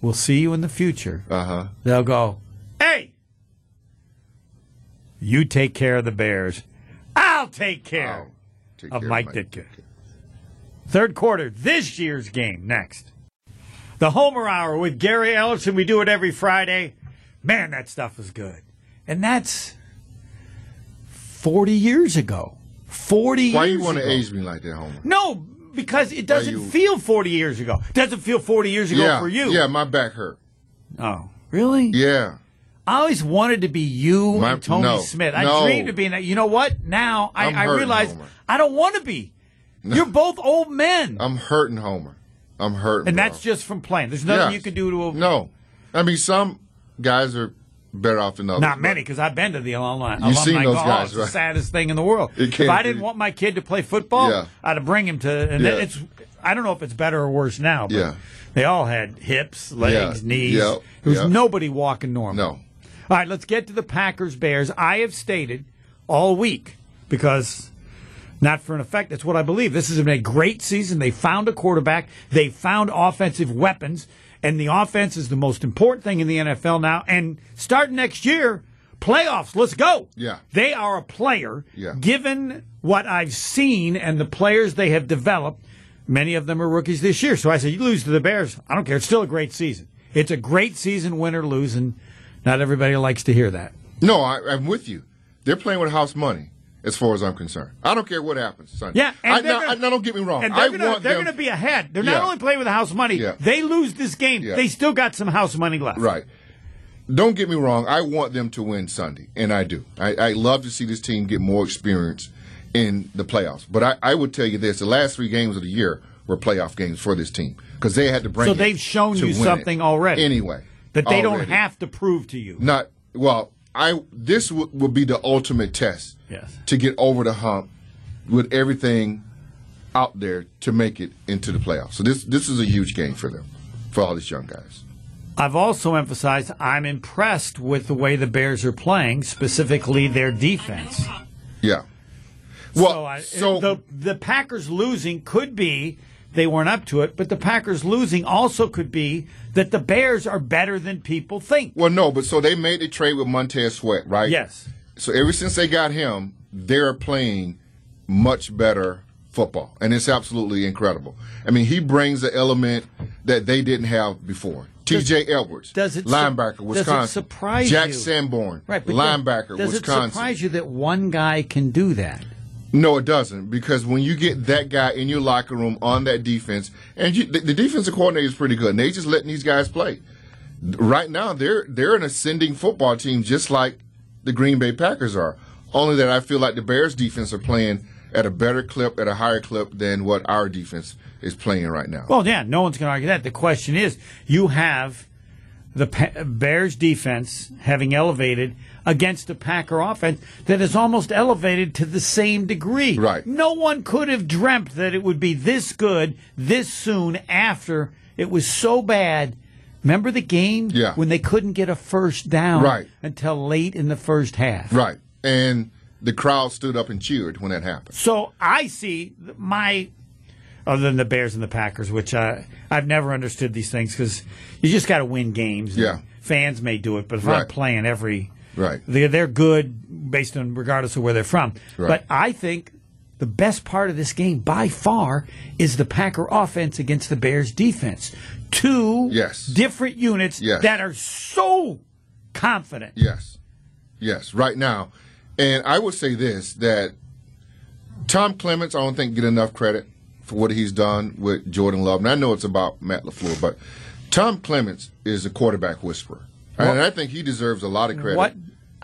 [SPEAKER 2] will see you in the future,
[SPEAKER 3] uh huh.
[SPEAKER 2] they'll go, "Hey, you take care of the Bears. I'll take care."
[SPEAKER 3] Oh, Take
[SPEAKER 2] of
[SPEAKER 3] care,
[SPEAKER 2] Mike Ditka. Third quarter, this year's game next. The Homer Hour with Gary Ellison. We do it every Friday. Man, that stuff is good. And that's 40 years ago. 40
[SPEAKER 3] Why
[SPEAKER 2] years
[SPEAKER 3] you want to
[SPEAKER 2] ago.
[SPEAKER 3] age me like that, Homer?
[SPEAKER 2] No, because it doesn't
[SPEAKER 3] you-
[SPEAKER 2] feel 40 years ago. doesn't feel 40 years ago
[SPEAKER 3] yeah,
[SPEAKER 2] for you.
[SPEAKER 3] Yeah, my back hurt.
[SPEAKER 2] Oh, really?
[SPEAKER 3] Yeah.
[SPEAKER 2] I always wanted to be you
[SPEAKER 3] My-
[SPEAKER 2] and Tony
[SPEAKER 3] no,
[SPEAKER 2] Smith. I
[SPEAKER 3] no.
[SPEAKER 2] dreamed of being that. You know what? Now I,
[SPEAKER 3] I'm
[SPEAKER 2] I
[SPEAKER 3] hurting,
[SPEAKER 2] realize
[SPEAKER 3] Homer.
[SPEAKER 2] I don't want to be. You're both old men.
[SPEAKER 3] I'm hurting Homer. I'm hurting.
[SPEAKER 2] And
[SPEAKER 3] bro.
[SPEAKER 2] that's just from playing. There's nothing
[SPEAKER 3] Yes.
[SPEAKER 2] you can do to a,
[SPEAKER 3] No. I mean, some guys are better off than others.
[SPEAKER 2] not many because I've been to the alumni.
[SPEAKER 3] You've seen
[SPEAKER 2] alumni
[SPEAKER 3] those
[SPEAKER 2] golf.
[SPEAKER 3] guys,
[SPEAKER 2] It's the
[SPEAKER 3] right?
[SPEAKER 2] saddest thing in the world.
[SPEAKER 3] It
[SPEAKER 2] If
[SPEAKER 3] can't
[SPEAKER 2] I didn't
[SPEAKER 3] be.
[SPEAKER 2] want my kid to play football,
[SPEAKER 3] Yeah.
[SPEAKER 2] I'd bring him to. And
[SPEAKER 3] Yeah.
[SPEAKER 2] it's I don't know if it's better or worse now. But
[SPEAKER 3] Yeah.
[SPEAKER 2] They all had hips, legs,
[SPEAKER 3] Yeah.
[SPEAKER 2] knees.
[SPEAKER 3] Yep.
[SPEAKER 2] There was
[SPEAKER 3] Yep.
[SPEAKER 2] nobody walking normal.
[SPEAKER 3] No.
[SPEAKER 2] All right, let's get to the Packers Bears. I have stated all week because not for an effect, that's what I believe. This has been a great season. They found a quarterback, they found offensive weapons, and the offense is the most important thing in the NFL now. And starting next year, playoffs, let's go.
[SPEAKER 3] Yeah.
[SPEAKER 2] They are a player.
[SPEAKER 3] Yeah.
[SPEAKER 2] Given what I've seen and the players they have developed, many of them are rookies this year. So I said, you lose to the Bears. I don't care. It's still a great season. It's a great season, win or lose, and not everybody likes to hear that.
[SPEAKER 3] No, I, I'm with you. They're playing with house money, as far as I'm concerned. I don't care what happens, son.
[SPEAKER 2] Yeah, and
[SPEAKER 3] I,
[SPEAKER 2] they're
[SPEAKER 3] now,
[SPEAKER 2] gonna-
[SPEAKER 3] I- now don't get me wrong.
[SPEAKER 2] And
[SPEAKER 3] I
[SPEAKER 2] they're gonna,
[SPEAKER 3] want
[SPEAKER 2] they're
[SPEAKER 3] them-
[SPEAKER 2] gonna be ahead. They're not
[SPEAKER 3] Yeah.
[SPEAKER 2] only playing with the house money.
[SPEAKER 3] Yeah.
[SPEAKER 2] They lose this game.
[SPEAKER 3] Yeah.
[SPEAKER 2] They still got some house money left.
[SPEAKER 3] Right. Don't get me wrong. I want them to win Sunday, and I do. I, I love to see this team get more experience in the playoffs. But I, I would tell you this: the last three games of the year were playoff games for this team because they had to bring.
[SPEAKER 2] So
[SPEAKER 3] it
[SPEAKER 2] they've shown
[SPEAKER 3] to
[SPEAKER 2] you
[SPEAKER 3] win it.
[SPEAKER 2] something already.
[SPEAKER 3] Anyway,
[SPEAKER 2] That they don't
[SPEAKER 3] already.
[SPEAKER 2] have to prove to you.
[SPEAKER 3] Not well. I this w- will be the ultimate test
[SPEAKER 2] Yes.
[SPEAKER 3] to get over the hump with everything out there to make it into the playoffs. So this this is a huge game for them, for all these young guys.
[SPEAKER 2] I've also emphasized I'm impressed with the way the Bears are playing, specifically their defense.
[SPEAKER 3] Yeah.
[SPEAKER 2] so, I,
[SPEAKER 3] Well, so,
[SPEAKER 2] the the Packers losing could be they weren't up to it, but the Packers losing also could be that the Bears are better than people think.
[SPEAKER 3] well, no, but so they made the trade with Montez Sweat, right?
[SPEAKER 2] Yes.
[SPEAKER 3] So ever since they got him, they're playing much better football, and it's absolutely incredible. I mean, he brings the element that they didn't have before. T.J. Edwards,
[SPEAKER 2] does it su-
[SPEAKER 3] linebacker,
[SPEAKER 2] does it
[SPEAKER 3] Wisconsin.
[SPEAKER 2] surprise
[SPEAKER 3] Jack
[SPEAKER 2] you?
[SPEAKER 3] Sanborn,
[SPEAKER 2] Right, but
[SPEAKER 3] linebacker,
[SPEAKER 2] does
[SPEAKER 3] Wisconsin.
[SPEAKER 2] it surprise you that one guy can do that?
[SPEAKER 3] No, it doesn't, because when you get that guy in your locker room on that defense, and you, the, the defensive coordinator is pretty good, and they just letting these guys play. Right now, they're they're an ascending football team, just like the Green Bay Packers are. Only that I feel like the Bears' defense are playing at a better clip, at a higher clip than what our defense is playing right now.
[SPEAKER 2] Well, yeah, no one's going to argue that. The question is, you have the pa- Bears defense having elevated against the Packer offense that is almost elevated to the same degree.
[SPEAKER 3] Right.
[SPEAKER 2] No one could have dreamt that it would be this good this soon after it was so bad. Remember the game
[SPEAKER 3] Yeah.
[SPEAKER 2] when they couldn't get a first down
[SPEAKER 3] Right.
[SPEAKER 2] until late in the first half.
[SPEAKER 3] right, and the crowd stood up and cheered when that happened.
[SPEAKER 2] So I see th- my other than the Bears and the Packers, which I I've never understood these things because you just got to win games.
[SPEAKER 3] Yeah.
[SPEAKER 2] fans may do it, but if I'm
[SPEAKER 3] Right.
[SPEAKER 2] playing every
[SPEAKER 3] Right.
[SPEAKER 2] they're they're good based on regardless of where they're from.
[SPEAKER 3] Right.
[SPEAKER 2] But I think. The best part of this game by far is the Packer offense against the Bears defense. Two
[SPEAKER 3] Yes.
[SPEAKER 2] different units
[SPEAKER 3] Yes.
[SPEAKER 2] that are so confident.
[SPEAKER 3] Yes. Yes, right now. And I would say this that Tom Clements, I don't think get enough credit for what he's done with Jordan Love. And I know it's about Matt LaFleur, but Tom Clements is a quarterback whisperer. and I think he deserves a lot of credit.
[SPEAKER 2] What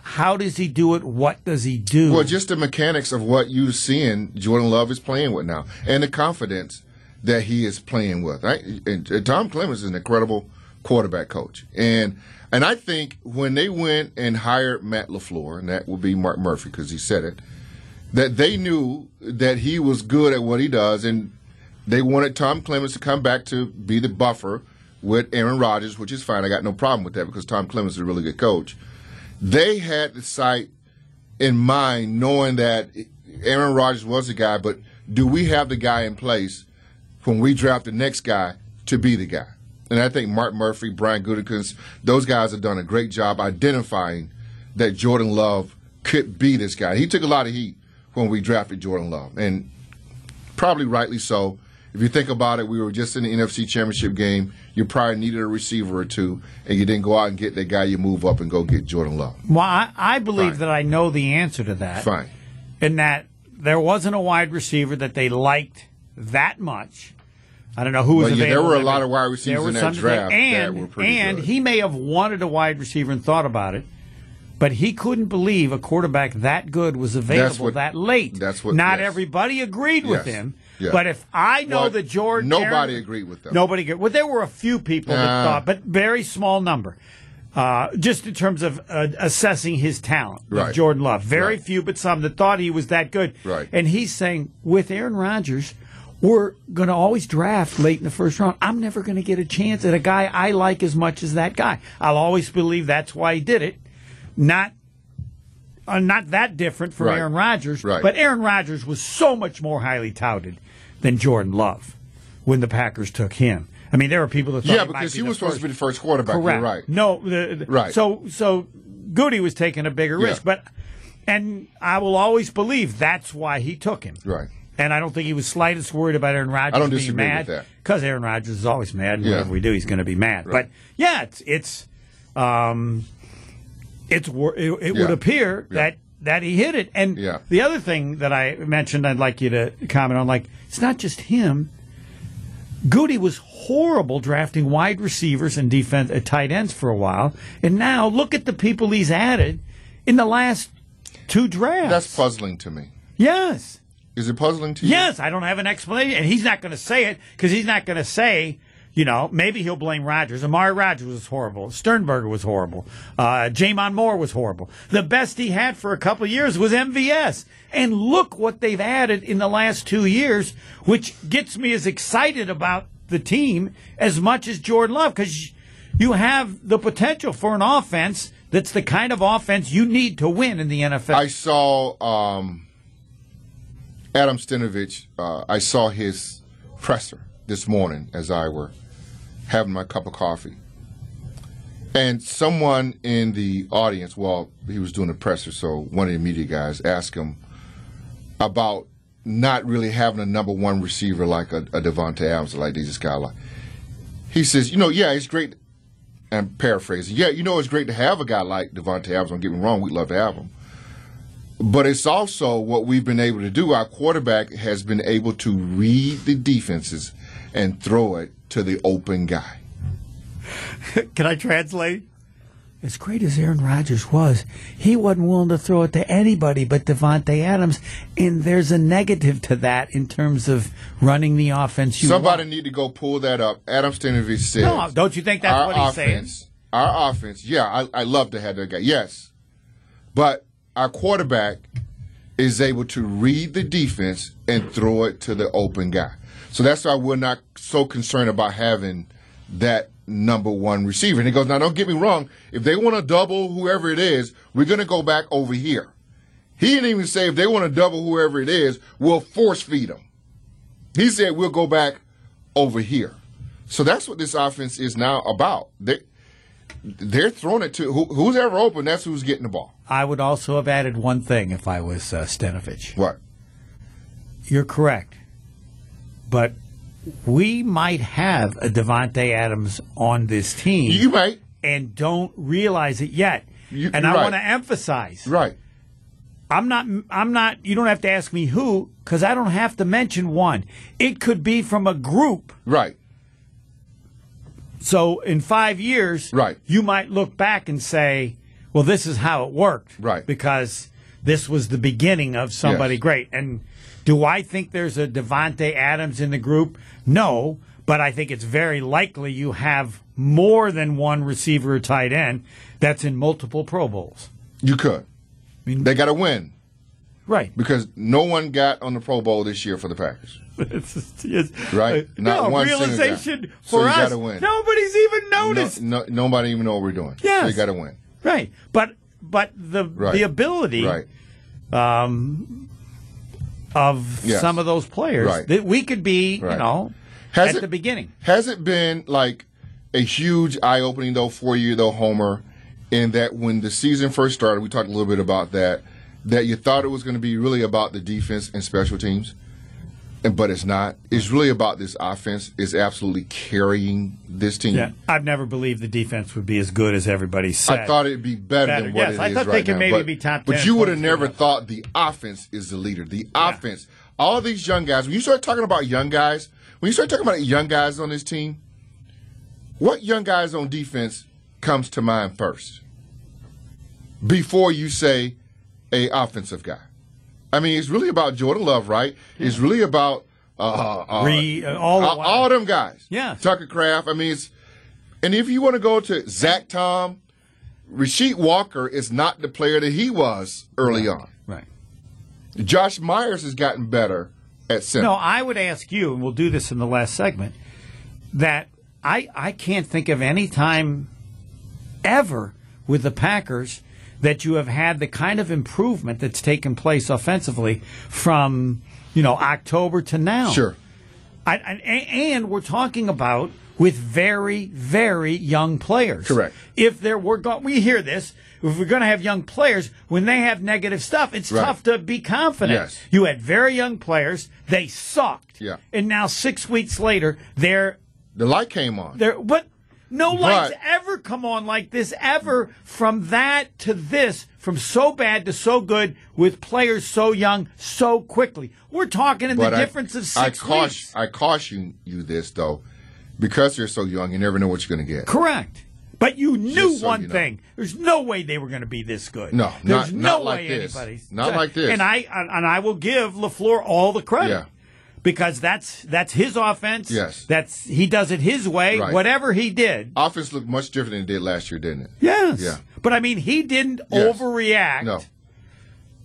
[SPEAKER 2] how does he do it? What does he do?
[SPEAKER 3] Well, just the mechanics of what you're seeing Jordan Love is playing with now, and the confidence that he is playing with. I, and, and Tom Clemens is an incredible quarterback coach, and and I think when they went and hired Matt Lafleur, and that would be Mark Murphy because he said it, that they knew that he was good at what he does, and they wanted Tom Clemens to come back to be the buffer with Aaron Rodgers, which is fine. I got no problem with that because Tom Clemens is a really good coach. They had the sight in mind, knowing that Aaron Rodgers was the guy, but do we have the guy in place when we draft the next guy to be the guy? And I think Mark Murphy, Brian Gutekunst, those guys have done a great job identifying that Jordan Love could be this guy. He took a lot of heat when we drafted Jordan Love, and probably rightly so. If you think about it, we were just in the NFC Championship game. You probably needed a receiver or two, and you didn't go out and get that guy. You move up and go get Jordan Love.
[SPEAKER 2] Well, I, I believe
[SPEAKER 3] Fine.
[SPEAKER 2] that I know the answer to that.
[SPEAKER 3] Fine.
[SPEAKER 2] In that there wasn't a wide receiver that they liked that much. I don't know who was
[SPEAKER 3] Well, yeah, there
[SPEAKER 2] available.
[SPEAKER 3] were a lot of wide
[SPEAKER 2] There
[SPEAKER 3] receivers
[SPEAKER 2] were
[SPEAKER 3] in that
[SPEAKER 2] some they-
[SPEAKER 3] draft that
[SPEAKER 2] and,
[SPEAKER 3] were pretty
[SPEAKER 2] And
[SPEAKER 3] good.
[SPEAKER 2] he may have wanted a wide receiver and thought about it, but he couldn't believe a quarterback that good was available
[SPEAKER 3] what-
[SPEAKER 2] that late.
[SPEAKER 3] that's what-
[SPEAKER 2] Not
[SPEAKER 3] yes.
[SPEAKER 2] everybody agreed with
[SPEAKER 3] Yes.
[SPEAKER 2] him.
[SPEAKER 3] Yeah.
[SPEAKER 2] But if I know
[SPEAKER 3] Well,
[SPEAKER 2] that Jordan,
[SPEAKER 3] nobody
[SPEAKER 2] Aaron-
[SPEAKER 3] agreed with them. Uh.
[SPEAKER 2] Nobody agreed. Well, there were a few people that
[SPEAKER 3] Nah.
[SPEAKER 2] thought, but very small number. Uh, just in terms of uh, assessing his talent, of
[SPEAKER 3] Right.
[SPEAKER 2] Jordan Love, very
[SPEAKER 3] Right.
[SPEAKER 2] few, but some that thought he was that good.
[SPEAKER 3] Right.
[SPEAKER 2] And he's saying, with Aaron Rodgers, we're going to always draft late in the first round. I'm never going to get a chance at a guy I like as much as that guy. I'll always believe that's why he did it. Not. Uh, not that different from
[SPEAKER 3] Right.
[SPEAKER 2] Aaron Rodgers,
[SPEAKER 3] Right.
[SPEAKER 2] but Aaron Rodgers was so much more highly touted than Jordan Love when the Packers took him. I mean, there were people that thought
[SPEAKER 3] Yeah,
[SPEAKER 2] might
[SPEAKER 3] because
[SPEAKER 2] be
[SPEAKER 3] he
[SPEAKER 2] the
[SPEAKER 3] was supposed
[SPEAKER 2] first.
[SPEAKER 3] to be the first quarterback. You're
[SPEAKER 2] Correct.
[SPEAKER 3] right.
[SPEAKER 2] No. The, the-
[SPEAKER 3] Right.
[SPEAKER 2] So so Goody was taking a bigger
[SPEAKER 3] Yeah.
[SPEAKER 2] risk, but and I will always believe that's why he took him.
[SPEAKER 3] Right.
[SPEAKER 2] And I don't think he was slightest worried about Aaron Rodgers.
[SPEAKER 3] I don't
[SPEAKER 2] being
[SPEAKER 3] disagree with
[SPEAKER 2] mad,
[SPEAKER 3] that.
[SPEAKER 2] Because Aaron Rodgers is always mad, and
[SPEAKER 3] Yeah.
[SPEAKER 2] whatever we do, he's going to be mad. But yeah, it's it's um, it's wor- it, it would
[SPEAKER 3] Yeah.
[SPEAKER 2] appear
[SPEAKER 3] Yeah.
[SPEAKER 2] that that he hit it. And
[SPEAKER 3] Yeah.
[SPEAKER 2] the other thing that I mentioned, I'd like you to comment on, like it's not just him. Goody was horrible drafting wide receivers and defense uh, tight ends for a while, and now look at the people he's added in the last two drafts.
[SPEAKER 3] That's puzzling to me.
[SPEAKER 2] yes,
[SPEAKER 3] Is it puzzling to you?
[SPEAKER 2] Yes, I don't have an explanation, and he's not going to say it because he's not going to say. You know, maybe he'll blame Rogers. Amari Rogers was horrible. Sternberger was horrible. Uh, Jamon Moore was horrible. The best he had for a couple of years was MVS. And look what they've added in the last two years, which gets me as excited about the team as much as Jordan Love because you have the potential for an offense that's the kind of offense you need to win in the NFL.
[SPEAKER 3] I saw um, Adam Stinovich. Uh, I saw his presser this morning as I were having my cup of coffee, and someone in the audience, well, he was doing a presser, so one of the media guys asked him about not really having a number one receiver like a, a Devontae Adams, like they just got like. He says, you know, yeah, it's great I'm paraphrasing. Yeah, you know it's great to have a guy like Devontae Adams. Don't get me wrong, we'd love to have him. But it's also what we've been able to do. Our quarterback has been able to read the defenses and throw it to the open guy.
[SPEAKER 2] Can I translate? As great as Aaron Rodgers was, he wasn't willing to throw it to anybody but Devontae Adams. And there's a negative to that in terms of running the offense. You
[SPEAKER 3] Somebody
[SPEAKER 2] want.
[SPEAKER 3] need to go pull that up. Adam Stanovich says,
[SPEAKER 2] No, don't you think that's
[SPEAKER 3] our
[SPEAKER 2] what he's
[SPEAKER 3] offense,
[SPEAKER 2] saying?
[SPEAKER 3] our offense, yeah, I, I love to have that guy, yes. But our quarterback is able to read the defense and throw it to the open guy. So that's why we're not so concerned about having that number one receiver. And he goes, now don't get me wrong, if they want to double whoever it is, we're going to go back over here. He didn't even say if they want to double whoever it is, we'll force feed them. He said we'll go back over here. So that's what this offense is now about. They, they're throwing it to who, who's ever open. That's who's getting the ball.
[SPEAKER 2] I would also have added one thing if I was uh, Stenovich.
[SPEAKER 3] What?
[SPEAKER 2] You're correct. But we might have a Devontae Adams on this team.
[SPEAKER 3] You might.
[SPEAKER 2] And don't realize it yet.
[SPEAKER 3] You-
[SPEAKER 2] and I
[SPEAKER 3] right.
[SPEAKER 2] want to emphasize.
[SPEAKER 3] Right.
[SPEAKER 2] I'm not. I'm not. You don't have to ask me who, because I don't have to mention one. It could be from a group.
[SPEAKER 3] Right.
[SPEAKER 2] So in five years,
[SPEAKER 3] Right.
[SPEAKER 2] you might look back and say, "Well, this is how it worked."
[SPEAKER 3] Right.
[SPEAKER 2] Because this was the beginning of somebody
[SPEAKER 3] Yes.
[SPEAKER 2] great. And do I think there's a Devonte Adams in the group? No, but I think it's very likely you have more than one receiver or tight end that's in multiple Pro Bowls.
[SPEAKER 3] You could.
[SPEAKER 2] mean-
[SPEAKER 3] they got to win
[SPEAKER 2] Right.
[SPEAKER 3] because no one got on the Pro Bowl this year for the Packers.
[SPEAKER 2] It's just- it's-
[SPEAKER 3] Right?
[SPEAKER 2] uh,
[SPEAKER 3] Not
[SPEAKER 2] no
[SPEAKER 3] one single guy.
[SPEAKER 2] realization
[SPEAKER 3] So
[SPEAKER 2] for
[SPEAKER 3] you
[SPEAKER 2] us.
[SPEAKER 3] gotta win.
[SPEAKER 2] Nobody's even
[SPEAKER 3] No,
[SPEAKER 2] noticed.
[SPEAKER 3] no, nobody even know what we're doing.
[SPEAKER 2] Yes.
[SPEAKER 3] So you got to win.
[SPEAKER 2] Right, but but the
[SPEAKER 3] Right.
[SPEAKER 2] the ability
[SPEAKER 3] Right.
[SPEAKER 2] of
[SPEAKER 3] Yes.
[SPEAKER 2] some of those players
[SPEAKER 3] Right.
[SPEAKER 2] that we could be, you
[SPEAKER 3] Right.
[SPEAKER 2] know,
[SPEAKER 3] Has
[SPEAKER 2] at
[SPEAKER 3] it-
[SPEAKER 2] the beginning.
[SPEAKER 3] Has it been like a huge eye opening though for you though, Homer, in that when the season first started, we talked a little bit about that, that you thought it was going to be really about the defense and special teams, and but it's not. It's really about this offense is absolutely carrying this team.
[SPEAKER 2] Yeah, I've never believed the defense would be as good as everybody said.
[SPEAKER 3] I thought it'd be better,
[SPEAKER 2] Better,
[SPEAKER 3] than what
[SPEAKER 2] yes.
[SPEAKER 3] it
[SPEAKER 2] I
[SPEAKER 3] is
[SPEAKER 2] thought they
[SPEAKER 3] right
[SPEAKER 2] could
[SPEAKER 3] now,
[SPEAKER 2] maybe
[SPEAKER 3] but,
[SPEAKER 2] be top
[SPEAKER 3] But
[SPEAKER 2] 10
[SPEAKER 3] you would have
[SPEAKER 2] points
[SPEAKER 3] never
[SPEAKER 2] right now.
[SPEAKER 3] thought the offense is the leader. The offense. All these young guys. When you start talking about young guys, when you start talking about young guys on this team, what young guys on defense comes to mind first? Before you say a offensive guy. I mean, it's really about Jordan Love, right? It's really about uh, uh,
[SPEAKER 2] Re- uh, all the
[SPEAKER 3] all,
[SPEAKER 2] while.
[SPEAKER 3] all them guys.
[SPEAKER 2] Yeah.
[SPEAKER 3] Tucker Craft. I mean, it's and if you want to go to Zach Tom, Rasheed Walker is not the player that he was early on.
[SPEAKER 2] right.
[SPEAKER 3] Josh Myers has gotten better at center.
[SPEAKER 2] No, I would ask you, and we'll do this in the last segment, that I I can't think of any time ever with the Packers that you have had the kind of improvement that's taken place offensively from you know October to now.
[SPEAKER 3] Sure.
[SPEAKER 2] I, I, and we're talking about with very, very young players.
[SPEAKER 3] Correct.
[SPEAKER 2] If there were, go- we hear this. If we're going to have young players, when they have negative stuff, it's
[SPEAKER 3] Right.
[SPEAKER 2] tough to be confident.
[SPEAKER 3] Yes.
[SPEAKER 2] You had very young players; they sucked.
[SPEAKER 3] Yeah.
[SPEAKER 2] And now six weeks later, they're
[SPEAKER 3] The light came on.
[SPEAKER 2] there, but no lights
[SPEAKER 3] But-
[SPEAKER 2] ever come on like this ever. From that to this, from so bad to so good, with players so young, so quickly. We're talking in the difference of
[SPEAKER 3] I
[SPEAKER 2] six
[SPEAKER 3] caution,
[SPEAKER 2] weeks.
[SPEAKER 3] I caution you this though, because you're so young, you never know what you're going to get.
[SPEAKER 2] Correct. But you knew
[SPEAKER 3] Just so
[SPEAKER 2] one
[SPEAKER 3] you know.
[SPEAKER 2] thing: there's no way they were going to be this good.
[SPEAKER 3] No, not-
[SPEAKER 2] there's no
[SPEAKER 3] not like
[SPEAKER 2] way
[SPEAKER 3] this.
[SPEAKER 2] anybody's
[SPEAKER 3] Not like this.
[SPEAKER 2] And I and I will give Lafleur all the credit.
[SPEAKER 3] Yeah.
[SPEAKER 2] Because that's that's his offense.
[SPEAKER 3] Yes.
[SPEAKER 2] that's he does it his way.
[SPEAKER 3] Right.
[SPEAKER 2] Whatever he did,
[SPEAKER 3] Offense looked much different than it did last year, didn't it?
[SPEAKER 2] yes.
[SPEAKER 3] Yeah.
[SPEAKER 2] But I mean, he didn't
[SPEAKER 3] Yes.
[SPEAKER 2] overreact.
[SPEAKER 3] No.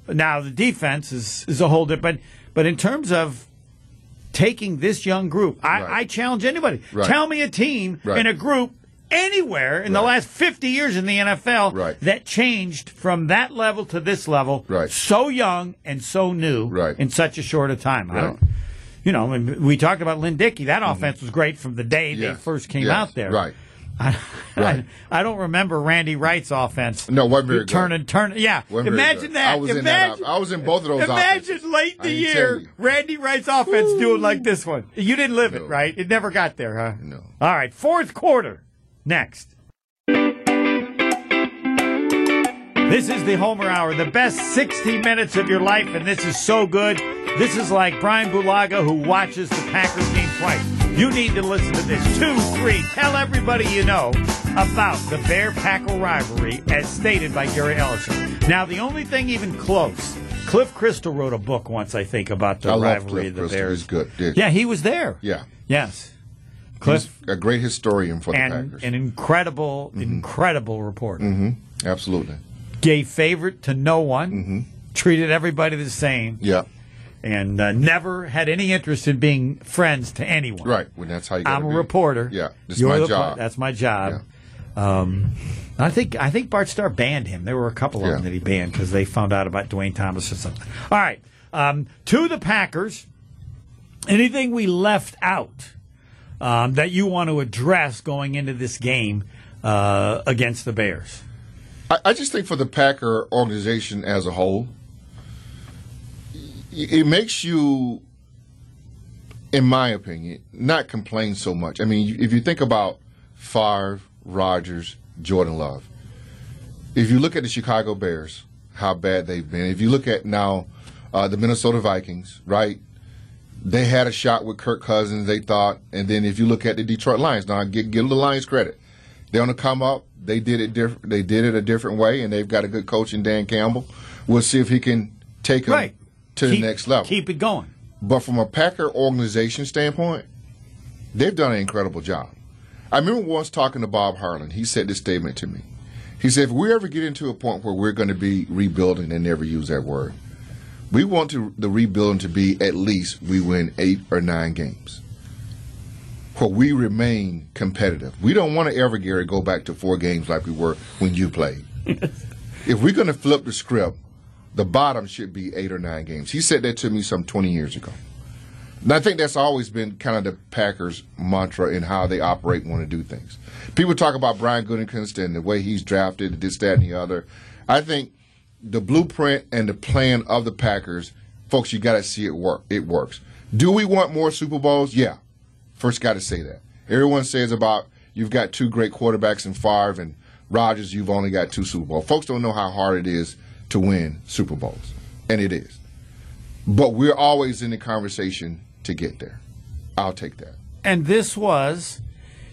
[SPEAKER 2] Now the defense is is a whole different. But but in terms of taking this young group, I,
[SPEAKER 3] Right.
[SPEAKER 2] I challenge anybody.
[SPEAKER 3] Right.
[SPEAKER 2] Tell me a team
[SPEAKER 3] Right.
[SPEAKER 2] in a group anywhere in the
[SPEAKER 3] Right.
[SPEAKER 2] last fifty years in the NFL
[SPEAKER 3] Right.
[SPEAKER 2] that changed from that level to this level,
[SPEAKER 3] Right.
[SPEAKER 2] so young and so new
[SPEAKER 3] Right.
[SPEAKER 2] in such a short a time. I
[SPEAKER 3] Right. Mm-hmm.
[SPEAKER 2] don't. You know, I mean, we talked about Lynn Dickey. That offense was great from the day they
[SPEAKER 3] Yes.
[SPEAKER 2] first came
[SPEAKER 3] Yes.
[SPEAKER 2] out there.
[SPEAKER 3] Right.
[SPEAKER 2] I,
[SPEAKER 3] Right.
[SPEAKER 2] I, don't remember Randy Wright's offense.
[SPEAKER 3] No, wasn't very good.
[SPEAKER 2] Turning, turning. Yeah.
[SPEAKER 3] Wasn't very
[SPEAKER 2] Imagine
[SPEAKER 3] good.
[SPEAKER 2] that.
[SPEAKER 3] I was in that
[SPEAKER 2] Imagine,
[SPEAKER 3] op- I was in both of those
[SPEAKER 2] Imagine
[SPEAKER 3] offenses.
[SPEAKER 2] late in
[SPEAKER 3] I
[SPEAKER 2] the
[SPEAKER 3] ain't telling
[SPEAKER 2] year,
[SPEAKER 3] you.
[SPEAKER 2] Randy Wright's offense doing like this one. You didn't live it,
[SPEAKER 3] No.
[SPEAKER 2] right? It never got there, huh?
[SPEAKER 3] No.
[SPEAKER 2] All right. Fourth quarter. Next. This is the Homer Hour, the best 60 minutes of your life, and this is so good. This is like Brian Bulaga who watches the Packers game twice. You need to listen to this. Two, three, tell everybody you know about the Bear Packer rivalry as stated by Gary Ellison. Now, the only thing even close, Cliff Crystal wrote a book once, I think, about the
[SPEAKER 3] I love
[SPEAKER 2] rivalry
[SPEAKER 3] Cliff
[SPEAKER 2] of the
[SPEAKER 3] Bristol.
[SPEAKER 2] Bears.
[SPEAKER 3] He's good. Dude.
[SPEAKER 2] Yeah, he was there.
[SPEAKER 3] Yeah.
[SPEAKER 2] Yes. Cliff
[SPEAKER 3] He's a great historian for the
[SPEAKER 2] and
[SPEAKER 3] Packers. Mm-hmm.
[SPEAKER 2] an incredible, incredible reporter
[SPEAKER 3] Absolutely.
[SPEAKER 2] gave favorite to no one,
[SPEAKER 3] Mm-hmm.
[SPEAKER 2] treated everybody the same,
[SPEAKER 3] Yeah.
[SPEAKER 2] and uh, never had any interest in being friends to anyone.
[SPEAKER 3] Right. Well, that's how you. gotta
[SPEAKER 2] I'm a
[SPEAKER 3] be.
[SPEAKER 2] reporter.
[SPEAKER 3] Yeah. This
[SPEAKER 2] You're
[SPEAKER 3] is my
[SPEAKER 2] the
[SPEAKER 3] job.
[SPEAKER 2] part- that's my job. Um, I think I think Bart Starr banned him. There were a couple of
[SPEAKER 3] Yeah.
[SPEAKER 2] them that he banned because they found out about Dwayne Thomas or something. All right, um, to the Packers. Anything we left out um, that you want to address going into this game uh, against the Bears?
[SPEAKER 3] I, I just think for the Packer organization as a whole, it it makes you, in my opinion, not complain so much. I mean, you- if you think about Favre, Rodgers, Jordan Love, if you look at the Chicago Bears, how bad they've been. If you look at now uh, the Minnesota Vikings, right? They had a shot with Kirk Cousins, they thought. And then if you look at the Detroit Lions, now give, give the Lions credit. They want to come up. They did it different. They did it a different way, and they've got a good coach in Dan Campbell. We'll see if he can take them
[SPEAKER 2] Right
[SPEAKER 3] to
[SPEAKER 2] Keep-
[SPEAKER 3] the next level.
[SPEAKER 2] Keep it going.
[SPEAKER 3] But from a Packer organization standpoint, they've done an incredible job. I remember once talking to Bob Harlan. He said this statement to me. He said, if we ever get into a point where we're going to be rebuilding, they never use that word. We want to, the rebuilding to be at least we win eight or nine games where we remain competitive. We don't want to ever, Gary, go back to four games like we were when you played. if we're going to flip the script, the bottom should be eight or nine games. He said that to me some 20 years ago. And I think that's always been kind of the Packers' mantra in how they operate and want to do things. People talk about Brian Gutekunst and the way he's drafted, this, that, and the other. I think the blueprint and the plan of the Packers, folks, you got to see it work. It works. Do we want more Super Bowls? Yeah. First, got to say that. Everyone says about you've got two great quarterbacks in Favre and Rodgers. You've only got two Super Bowls. Folks don't know how hard it is to win Super Bowls, and it is. But we're always in the conversation to get there. I'll take that.
[SPEAKER 2] And this was,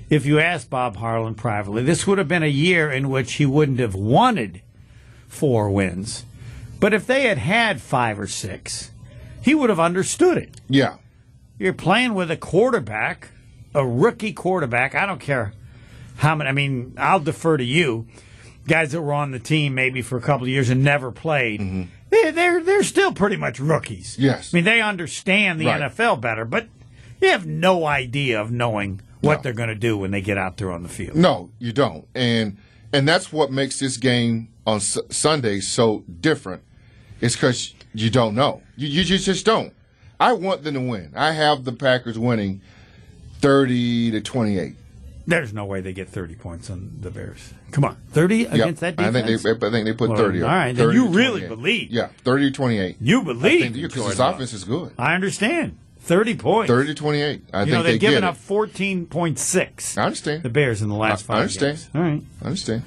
[SPEAKER 2] if you asked Bob Harlan privately, this would have been a year in which he wouldn't have wanted four wins. But if they had had five or six, he would have understood it.
[SPEAKER 3] Yeah,
[SPEAKER 2] You're playing with a quarterback, a rookie quarterback. I don't care how many. I mean, I'll defer to you. Guys that were on the team maybe for a couple of years and never played, they, they're they're still pretty much rookies.
[SPEAKER 3] Mm-hmm. Yes.
[SPEAKER 2] I mean they understand the
[SPEAKER 3] Right.
[SPEAKER 2] NFL better, but you have no idea of knowing what
[SPEAKER 3] No.
[SPEAKER 2] they're going to do when they get out there on the field.
[SPEAKER 3] no, you don't, and and that's what makes this game on S- Sunday so different. It's because you don't know. You, you just just don't. I want them to win. I have the Packers winning thirty to twenty-eight.
[SPEAKER 2] There's no way they get 30 points on the Bears. Come on, 30 against that defense.
[SPEAKER 3] I think they, I think they put
[SPEAKER 2] Well,
[SPEAKER 3] thirty. up.
[SPEAKER 2] all right, then
[SPEAKER 3] 30
[SPEAKER 2] you
[SPEAKER 3] to
[SPEAKER 2] really
[SPEAKER 3] 28.
[SPEAKER 2] believe.
[SPEAKER 3] Yeah, thirty to twenty-eight.
[SPEAKER 2] you believe? in
[SPEAKER 3] because his
[SPEAKER 2] Jordan Love.
[SPEAKER 3] offense is good.
[SPEAKER 2] I understand. 30 points.
[SPEAKER 3] Thirty to twenty-eight. I
[SPEAKER 2] You
[SPEAKER 3] think
[SPEAKER 2] know, they've
[SPEAKER 3] they
[SPEAKER 2] given
[SPEAKER 3] get
[SPEAKER 2] up
[SPEAKER 3] it.
[SPEAKER 2] 14.6.
[SPEAKER 3] I understand.
[SPEAKER 2] The Bears in the last
[SPEAKER 3] I-
[SPEAKER 2] five
[SPEAKER 3] I understand.
[SPEAKER 2] games. All right.
[SPEAKER 3] I understand.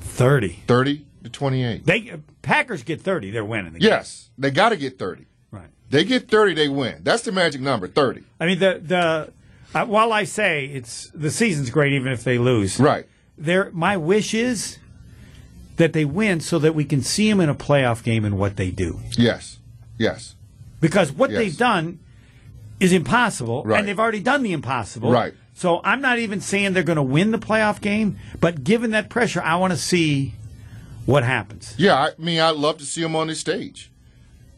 [SPEAKER 2] 30.
[SPEAKER 3] Thirty to twenty-eight.
[SPEAKER 2] They Packers get 30, they're winning the game.
[SPEAKER 3] Yes, they got to get 30.
[SPEAKER 2] Right.
[SPEAKER 3] They get 30, they win. That's the magic number, 30.
[SPEAKER 2] I mean the the I, while I say it's the season's great, even if they lose,
[SPEAKER 3] Right.
[SPEAKER 2] There, my wish is that they win so that we can see them in a playoff game and what they do.
[SPEAKER 3] Yes. Yes.
[SPEAKER 2] Because what
[SPEAKER 3] Yes.
[SPEAKER 2] they've done is impossible,
[SPEAKER 3] Right.
[SPEAKER 2] and they've already done the impossible.
[SPEAKER 3] Right.
[SPEAKER 2] So I'm not even saying they're going to win the playoff game, but given that pressure, I want to see what happens.
[SPEAKER 3] Yeah, I mean, I'd love to see them on the stage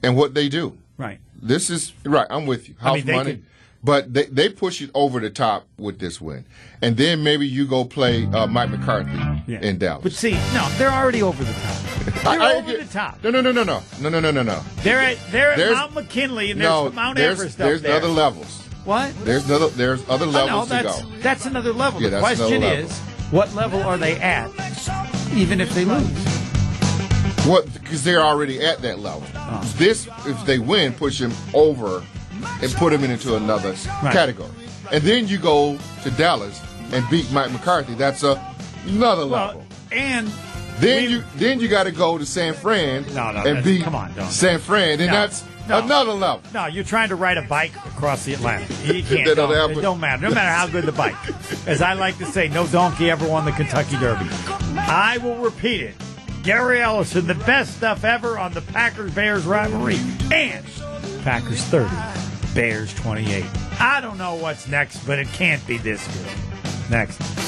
[SPEAKER 3] and what they do.
[SPEAKER 2] Right.
[SPEAKER 3] This is right. I'm with you. House
[SPEAKER 2] mean, they
[SPEAKER 3] money.
[SPEAKER 2] could-
[SPEAKER 3] but they, they push it over the top with this win. And then maybe you go play uh, Mike McCarthy
[SPEAKER 2] Yeah.
[SPEAKER 3] in Dallas.
[SPEAKER 2] But see, no, they're already over the top. They're
[SPEAKER 3] I- I
[SPEAKER 2] over
[SPEAKER 3] get-
[SPEAKER 2] the top.
[SPEAKER 3] No, no, no, no, no, no, no, no, no, no.
[SPEAKER 2] They're at they're at
[SPEAKER 3] There's-
[SPEAKER 2] Mount McKinley and there's
[SPEAKER 3] no,
[SPEAKER 2] Mount
[SPEAKER 3] there's,
[SPEAKER 2] Everest
[SPEAKER 3] there's
[SPEAKER 2] up there.
[SPEAKER 3] other levels.
[SPEAKER 2] What?
[SPEAKER 3] There's another. There's other
[SPEAKER 2] Oh,
[SPEAKER 3] levels
[SPEAKER 2] no, that's
[SPEAKER 3] to go.
[SPEAKER 2] that's another level.
[SPEAKER 3] Yeah,
[SPEAKER 2] the
[SPEAKER 3] that's another
[SPEAKER 2] question
[SPEAKER 3] level.
[SPEAKER 2] is, what level are they at? Even if they lose,
[SPEAKER 3] What? Because they're already at that level.
[SPEAKER 2] Uh-huh.
[SPEAKER 3] This, if they win, push them over and put them into another
[SPEAKER 2] Right.
[SPEAKER 3] category. And then you go to Dallas and beat Mike McCarthy. That's a, another level.
[SPEAKER 2] well, and
[SPEAKER 3] Then
[SPEAKER 2] we-
[SPEAKER 3] you then you got to go to San Fran
[SPEAKER 2] No, no,
[SPEAKER 3] and
[SPEAKER 2] that-
[SPEAKER 3] beat
[SPEAKER 2] come on, don't.
[SPEAKER 3] San Fran. And
[SPEAKER 2] No,
[SPEAKER 3] that's
[SPEAKER 2] no.
[SPEAKER 3] another level.
[SPEAKER 2] No, you're trying to ride a bike across the Atlantic. You
[SPEAKER 3] That
[SPEAKER 2] can't.
[SPEAKER 3] don't
[SPEAKER 2] don't,
[SPEAKER 3] happen.
[SPEAKER 2] it don't matter. No matter how good the bike. As I like to say, no donkey ever won the Kentucky Derby. I will repeat it. Gary Ellison, the best stuff ever on the Packers Bears rivalry. And Packers 30, Bears 28. I don't know what's next, but it can't be this good. Next.